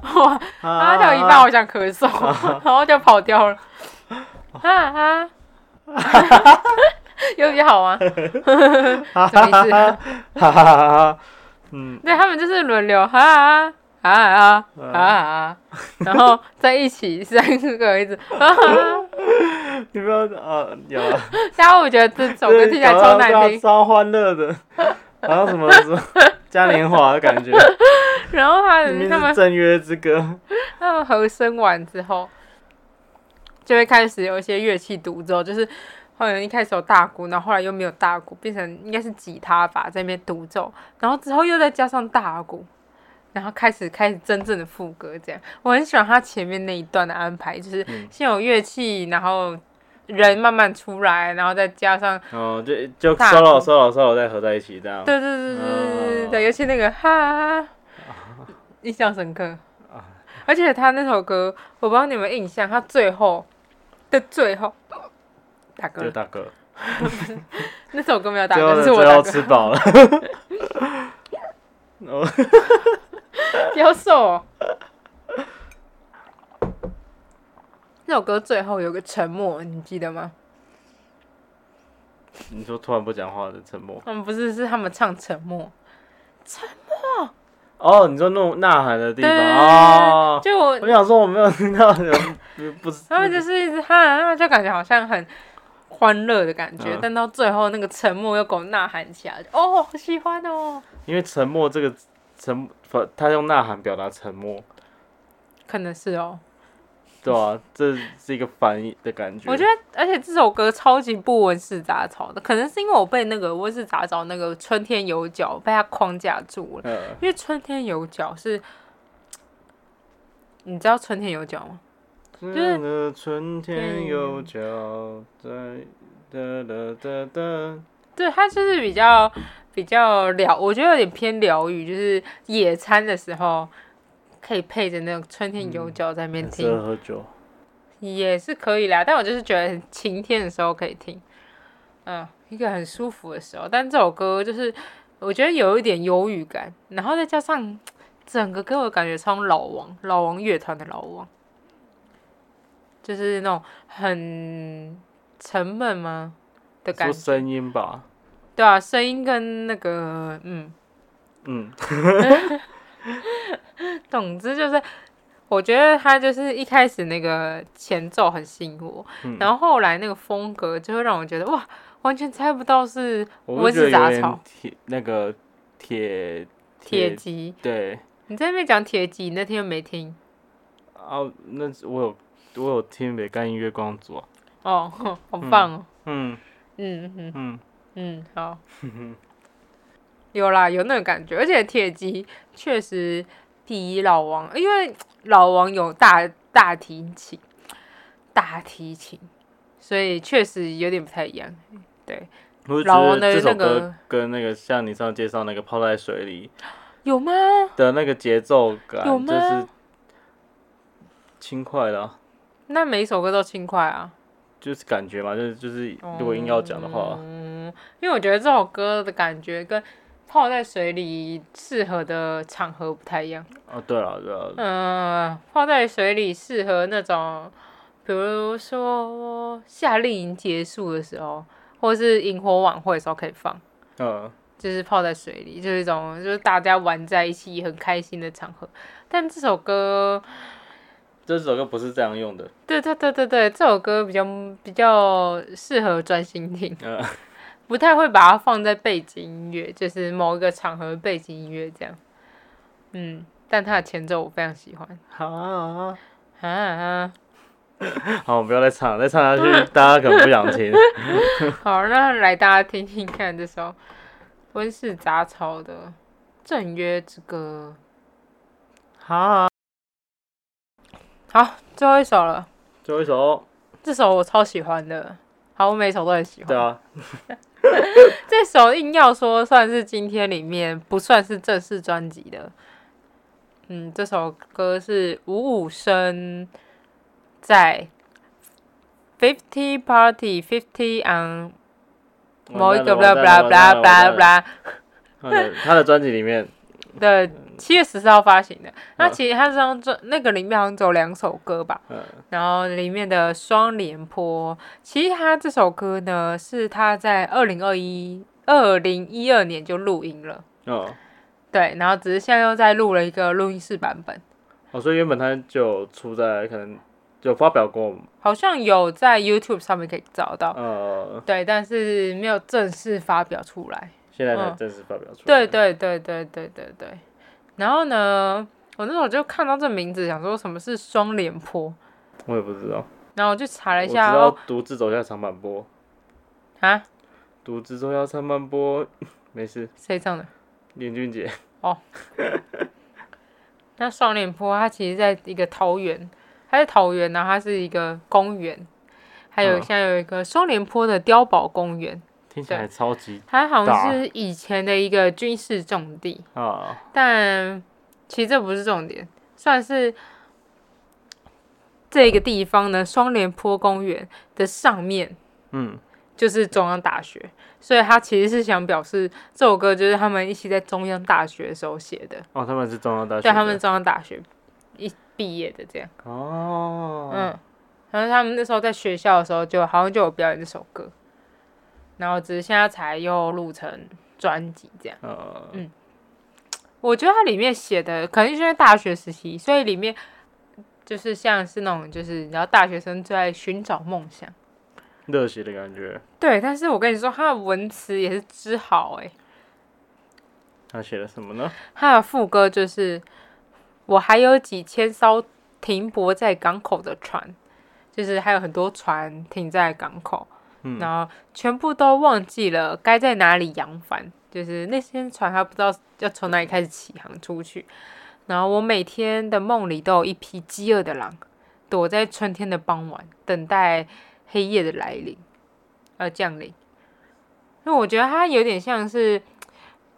S1: 哇，
S2: 啊
S1: 啊到一半我想咳嗽， 然后就跑掉了。啊啊， 有比较好玩。怎么意思
S2: 哈哈哈哈，嗯，
S1: 对他们就是轮流啊啊啊啊啊啊，然后在一起三个一直啊啊。
S2: 你不要啊，有啊，
S1: 然后我觉得这首歌
S2: 对
S1: 听起来超难听，
S2: 超欢乐的，好像什么什么嘉年华的感觉，
S1: 然后他
S2: 明
S1: 们他
S2: 明是
S1: 们
S2: 正约之歌，
S1: 他们和声完之后，就会开始有一些乐器独奏，就是好像一开始有大鼓，然后后来又没有大鼓，变成应该是吉他吧，在那边独奏，然后之后又再加上大鼓，然后开始开始真正的副歌这样。我很喜欢他前面那一段的安排，就是
S2: 嗯
S1: 先有乐器，然后人慢慢出来，然后再加上
S2: 哦，就就
S1: 大
S2: solo
S1: 鼓
S2: solo solo 再合在一起这样，
S1: 对对对对对对对，
S2: 嗯
S1: 尤其那个哈，印象深刻。而且他那首歌，我不知道你们印象，他最后的最后，打
S2: 就
S1: 嗝，
S2: 大哥，
S1: 那首歌没有打
S2: 最后
S1: 嗝，是我
S2: 最
S1: 打
S2: 后吃
S1: 嗝，
S2: 饱了， 哦，
S1: 不要瘦哦。那首歌最后有个沉默，你记得吗？
S2: 你说突然不讲话的沉默。
S1: 他们不是是他们唱沉默，
S2: 哦，你说那种呐喊的地方
S1: 对
S2: 哦，
S1: 就我
S2: 我想说我没有听到有不不是
S1: 他们就是一直哈，就感觉好像很欢乐的感觉，
S2: 嗯
S1: 但到最后那个沉默又给我呐喊起来，就哦，好喜欢哦。
S2: 因为沉默这个沉，不他用呐喊表达沉默，
S1: 可能是哦，
S2: 对啊，这是一个反义的感觉。
S1: 我觉得，而且这首歌超级不温室杂草的，可能是因为我被那个温室杂草那个春天有脚被它框架住了，
S2: 得，呃，
S1: 因为春天有脚是，你知道春天有脚吗？
S2: 就是的春天有
S1: 嗯
S2: 脚在哒哒哒哒，
S1: 对，它就是比较比较疗，我觉得有点偏疗愈，就是野餐的时候可以配着那种春天有脚在那边
S2: 很
S1: 听
S2: 适，合喝酒。
S1: 也是可以啦，但我就是觉得晴天的时候可以听，嗯，一个很舒服的时候。但这首歌就是我觉得有一点忧郁感，然后再加上整个给我的感觉超老王，老王乐团的老王，就是那种很沉闷吗的感
S2: 说
S1: 觉？
S2: 声音吧，
S1: 对啊，声音跟那个嗯，
S2: 嗯，
S1: 总之就是，我觉得他就是一开始那个前奏很吸引我，
S2: 嗯
S1: 然后后来那个风格就会让我觉得哇，完全猜不到是
S2: 我
S1: 温
S2: 就
S1: 室
S2: 觉得有
S1: 杂
S2: 点
S1: 草、
S2: 铁那个铁
S1: 铁鸡。
S2: 对
S1: 你在那边讲铁鸡，你那天又没听
S2: 啊，那我有我有听北干音乐光族啊，
S1: 哦， 好棒哦，
S2: 嗯
S1: 嗯嗯
S2: 嗯，
S1: 嗯， 好，有啦，有那个感觉，而且铁鸡确实比老王，因为老王有大大提琴，大提琴，所以确实有点不太一样。
S2: 我就
S1: 老
S2: 觉
S1: 王
S2: 得
S1: 的
S2: 这首
S1: 那个
S2: 歌跟那个像你上次介绍那个泡在水里
S1: 有吗？
S2: 的那个节奏
S1: 有
S2: 感，
S1: 吗
S2: 就是轻快的啊、
S1: 那每一首歌都轻快啊。
S2: 就是感觉嘛，就是就是如果硬要讲的话，
S1: 嗯，因为我觉得这首歌的感觉跟泡在水里适合的场合不太一样。
S2: 啊，对了对了，
S1: 嗯，泡在水里适合那种，比如说夏令营结束的时候，或是萤火晚会的时候可以放，
S2: 嗯，
S1: 就是泡在水里，就是一种就是大家玩在一起很开心的场合。但这首歌，
S2: 这首歌不是这样用的，
S1: 对对对对对，这首歌比较比较适合专心听，
S2: 嗯，
S1: 不太会把它放在背景音乐，就是某一个场合的背景音乐这样。嗯，但它的前奏我非常喜欢
S2: 好，
S1: 啊。
S2: 好，不要再唱，了，再唱下去大家可能不想 听。
S1: 好，那来大家听听看这首温室杂草的《正约之歌
S2: 好，》。
S1: 好，最后一首了，
S2: 最后一首，
S1: 这首我超喜欢的。好，我每首都很喜
S2: 对
S1: 欢。
S2: 啊，
S1: 这首硬要说算是今天里面不算是正式专辑的。嗯，这首歌是五五声在 Fifty Party Fifty on 某一个 blah
S2: 完
S1: blah
S2: 蛋了完蛋
S1: blah
S2: 了完
S1: blah
S2: 蛋了
S1: blah
S2: 他的他的专辑里面，
S1: 的七月十四号发行的。那
S2: 嗯
S1: 其实它这张专那个里面好像只有两首歌吧，
S2: 嗯
S1: 然后里面的双连坡，其实他这首歌呢是他在二零二一二零一二年就录音了，
S2: 哦
S1: 对，然后只是现在又再录了一个录音室版本，
S2: 哦，所以原本他就有出在可能有发表过，
S1: 好像有在 YouTube 上面可以找到，
S2: 呃，
S1: 对，但是没有正式发表出来。
S2: 现在才
S1: 嗯
S2: 正式发表出来。
S1: 对对对对对对对。然后呢，我那时候就看到这名字，想说什么是双连坡，
S2: 我也不知道，
S1: 然后我就查了
S2: 我
S1: 一
S2: 只
S1: 下，
S2: 要
S1: 哦
S2: 独自走下长坂坡，
S1: 啊，
S2: 独自走下长坂坡， 没事，
S1: 谁唱的？
S2: 林俊杰，
S1: 那双脸坡它其实在一个桃园，它在桃园，然后它是一个公园，还有
S2: 嗯
S1: 现在有一个双脸坡的碉堡公园，
S2: 听起来超级
S1: 它好
S2: 大
S1: 像是以前的一个军事重地，
S2: 啊，
S1: 但其实这不是重点，算是这个地方呢，双脸坡公园的上面
S2: 嗯，
S1: 就是中央大学，所以他其实是想表示这首歌就是他们一起在中央大学的时候写的，
S2: 哦，他们是中央大学的，
S1: 对，他们中央大学一毕业的这样。
S2: 哦，
S1: 嗯，然后他们那时候在学校的时候就，好像就有表演这首歌，然后只是现在才又录成专辑这样。
S2: 呃，
S1: 嗯我觉得它里面写的，可能是因为大学时期，所以里面就是像是那种，就是你知道大学生最爱寻找梦想。
S2: 热血的感觉，
S1: 对，但是我跟你说，他的文词也是之好欸诶、
S2: 他写了什么呢？
S1: 他的副歌就是“我还有几千艘停泊在港口的船”，就是还有很多船停在港口。
S2: 嗯，
S1: 然后全部都忘记了该在哪里扬帆，就是那些船还不知道要从哪里开始起航出去。然后我每天的梦里都有一匹饥饿的狼，躲在春天的傍晚，等待黑夜的来临，呃降临。因为我觉得他有点像是，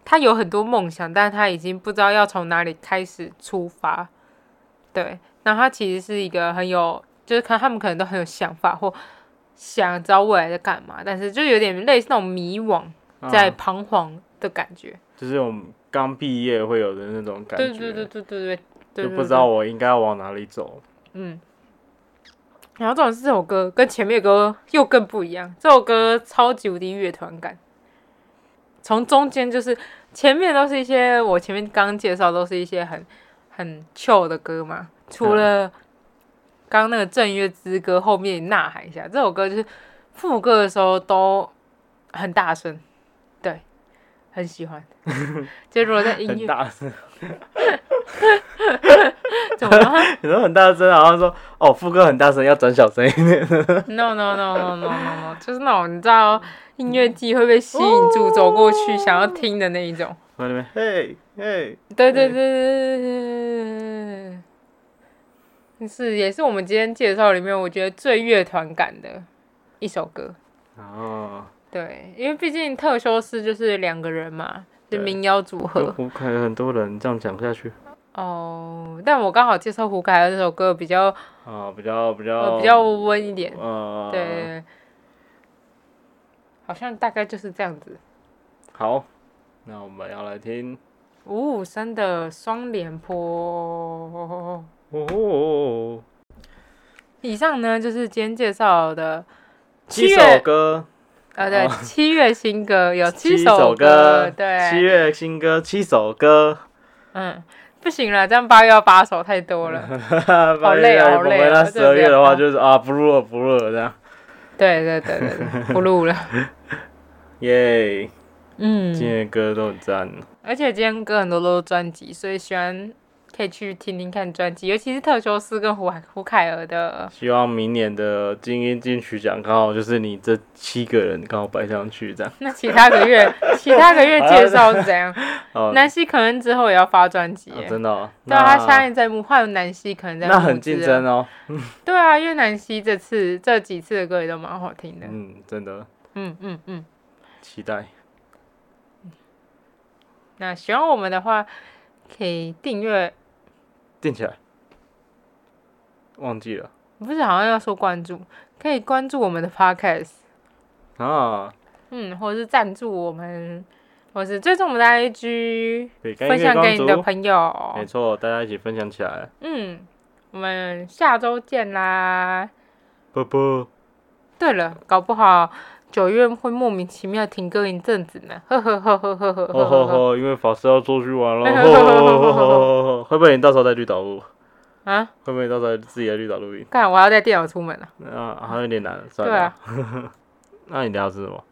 S1: 他有很多梦想，但是他已经不知道要从哪里开始出发。对，那他其实是一个很有，就是看他们可能都很有想法或想知道未来在干嘛，但是就有点类似那种迷惘、
S2: 啊
S1: 在彷徨的感觉。
S2: 就是我们刚毕业会有的那种感
S1: 对
S2: 觉，
S1: 对对对对对对，
S2: 就
S1: 对
S2: 不知道。我应该往哪里走。
S1: 嗯。然后这种是这首歌跟前面的歌又更不一样，这首歌超级无敌乐团感。从中间就是前面都是一些我前面刚介绍都是一些很很 chill 的歌嘛，除
S2: 嗯
S1: 了刚刚那个《正月之歌》后面呐喊一下，这首歌就是副歌的时候都很大声，对，很喜 欢。就如果在音
S2: 很
S1: 乐
S2: 大声，
S1: 怎么了
S2: 你说很大声，好像说哦，副歌很大声，要转小声一 点。
S1: No no no no no no no，就是那种你知道音乐季会被吸引住走过去想要听的那一种。
S2: 我在那边，嘿，嘿，
S1: 对对对对对对对对，是也是我们今天介绍里面我觉得最乐团感的一首歌。
S2: 哦，
S1: 对，因为毕竟特修斯就是两个人嘛，是
S2: 对
S1: 民谣组合。
S2: 我看有很多人这样讲下去，
S1: 哦，但我刚好接受胡凯的那首歌比较、
S2: 啊，比较比较
S1: 呃比较温一点，
S2: 呃，
S1: 对对，对好像大概就是这样子。
S2: 好，那我们要来听
S1: 五五三的双脸坡。
S2: 哦，
S1: 以上呢就是今天介绍的
S2: 七
S1: 七
S2: 首
S1: 月
S2: 歌，
S1: 呃对七月新歌有
S2: 哦七
S1: 首
S2: 歌，七
S1: 对，
S2: 月新歌七首歌，
S1: 嗯，不行了，这样八月要八首太多 了，
S2: 好
S1: 累好累
S2: 那
S1: 啊
S2: 十二
S1: 真的
S2: 月的话
S1: 不
S2: 就是啊，不录了，不录了这样，
S1: 对对对对对，不 录了，
S2: 耶，今
S1: 嗯，
S2: 天的歌都很赞，
S1: 而且今天歌很多都是专辑，所以喜欢可以去听听看专辑，尤其是特修斯跟胡海胡凯尔的，
S2: 希望明年的金鹰金曲奖刚好就是你这七个人刚好摆上去这样，
S1: 那其他个 月其他个月介绍是怎样？
S2: 哦，
S1: 南希可恩之后也要发专辑
S2: 哦
S1: 耶。
S2: 真的哦，
S1: 对啊，他现
S2: 那
S1: 在在募，还有南希可能在募
S2: 那很竞
S1: 资了啊
S2: 争哦，
S1: 对啊，因为南希这次这几次的歌也都蛮好听的。
S2: 嗯，真的
S1: 嗯嗯嗯。
S2: 期待，
S1: 那喜欢我们的话，可以订阅，
S2: 定起来，忘记了
S1: 不是好像要说关注，可以关注我们的 podcast，
S2: 啊，
S1: 嗯，或者是赞助我们，或是追踪我们的 IG，
S2: 北干
S1: 分
S2: 月
S1: 享
S2: 光
S1: 给你的
S2: 族，
S1: 朋
S2: 没
S1: 友。
S2: 错，大家一起分享起来，
S1: 嗯，我们下周见啦。
S2: 啵啵，
S1: 对了，搞不好九月会莫名其妙停更一阵子呢，呵呵呵呵呵呵
S2: 吼
S1: 呵
S2: 哦
S1: 呵
S2: 吼
S1: 呵
S2: 吼，因为法师要出去 玩了，
S1: 嘿嘿嘿
S2: 吼
S1: 嘿
S2: 吼
S1: 嘿
S2: 吼吼
S1: 嘿嘿
S2: 吼吼，会不会你到时候在绿岛录？
S1: 啊！
S2: 会不会你到时候自己在绿岛录音？
S1: 看我要带电脑出门了。
S2: 啊，好像有点难，算
S1: 对
S2: 了
S1: 啊。，
S2: 那你等下吃什么？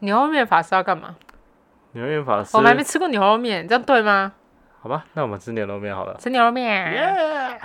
S1: 牛肉面法师要干嘛？
S2: 牛面法师
S1: 我？们还没吃过牛肉面，这样对吗？
S2: 好吧，那我们吃牛肉面好了。
S1: 吃牛肉面。
S2: 耶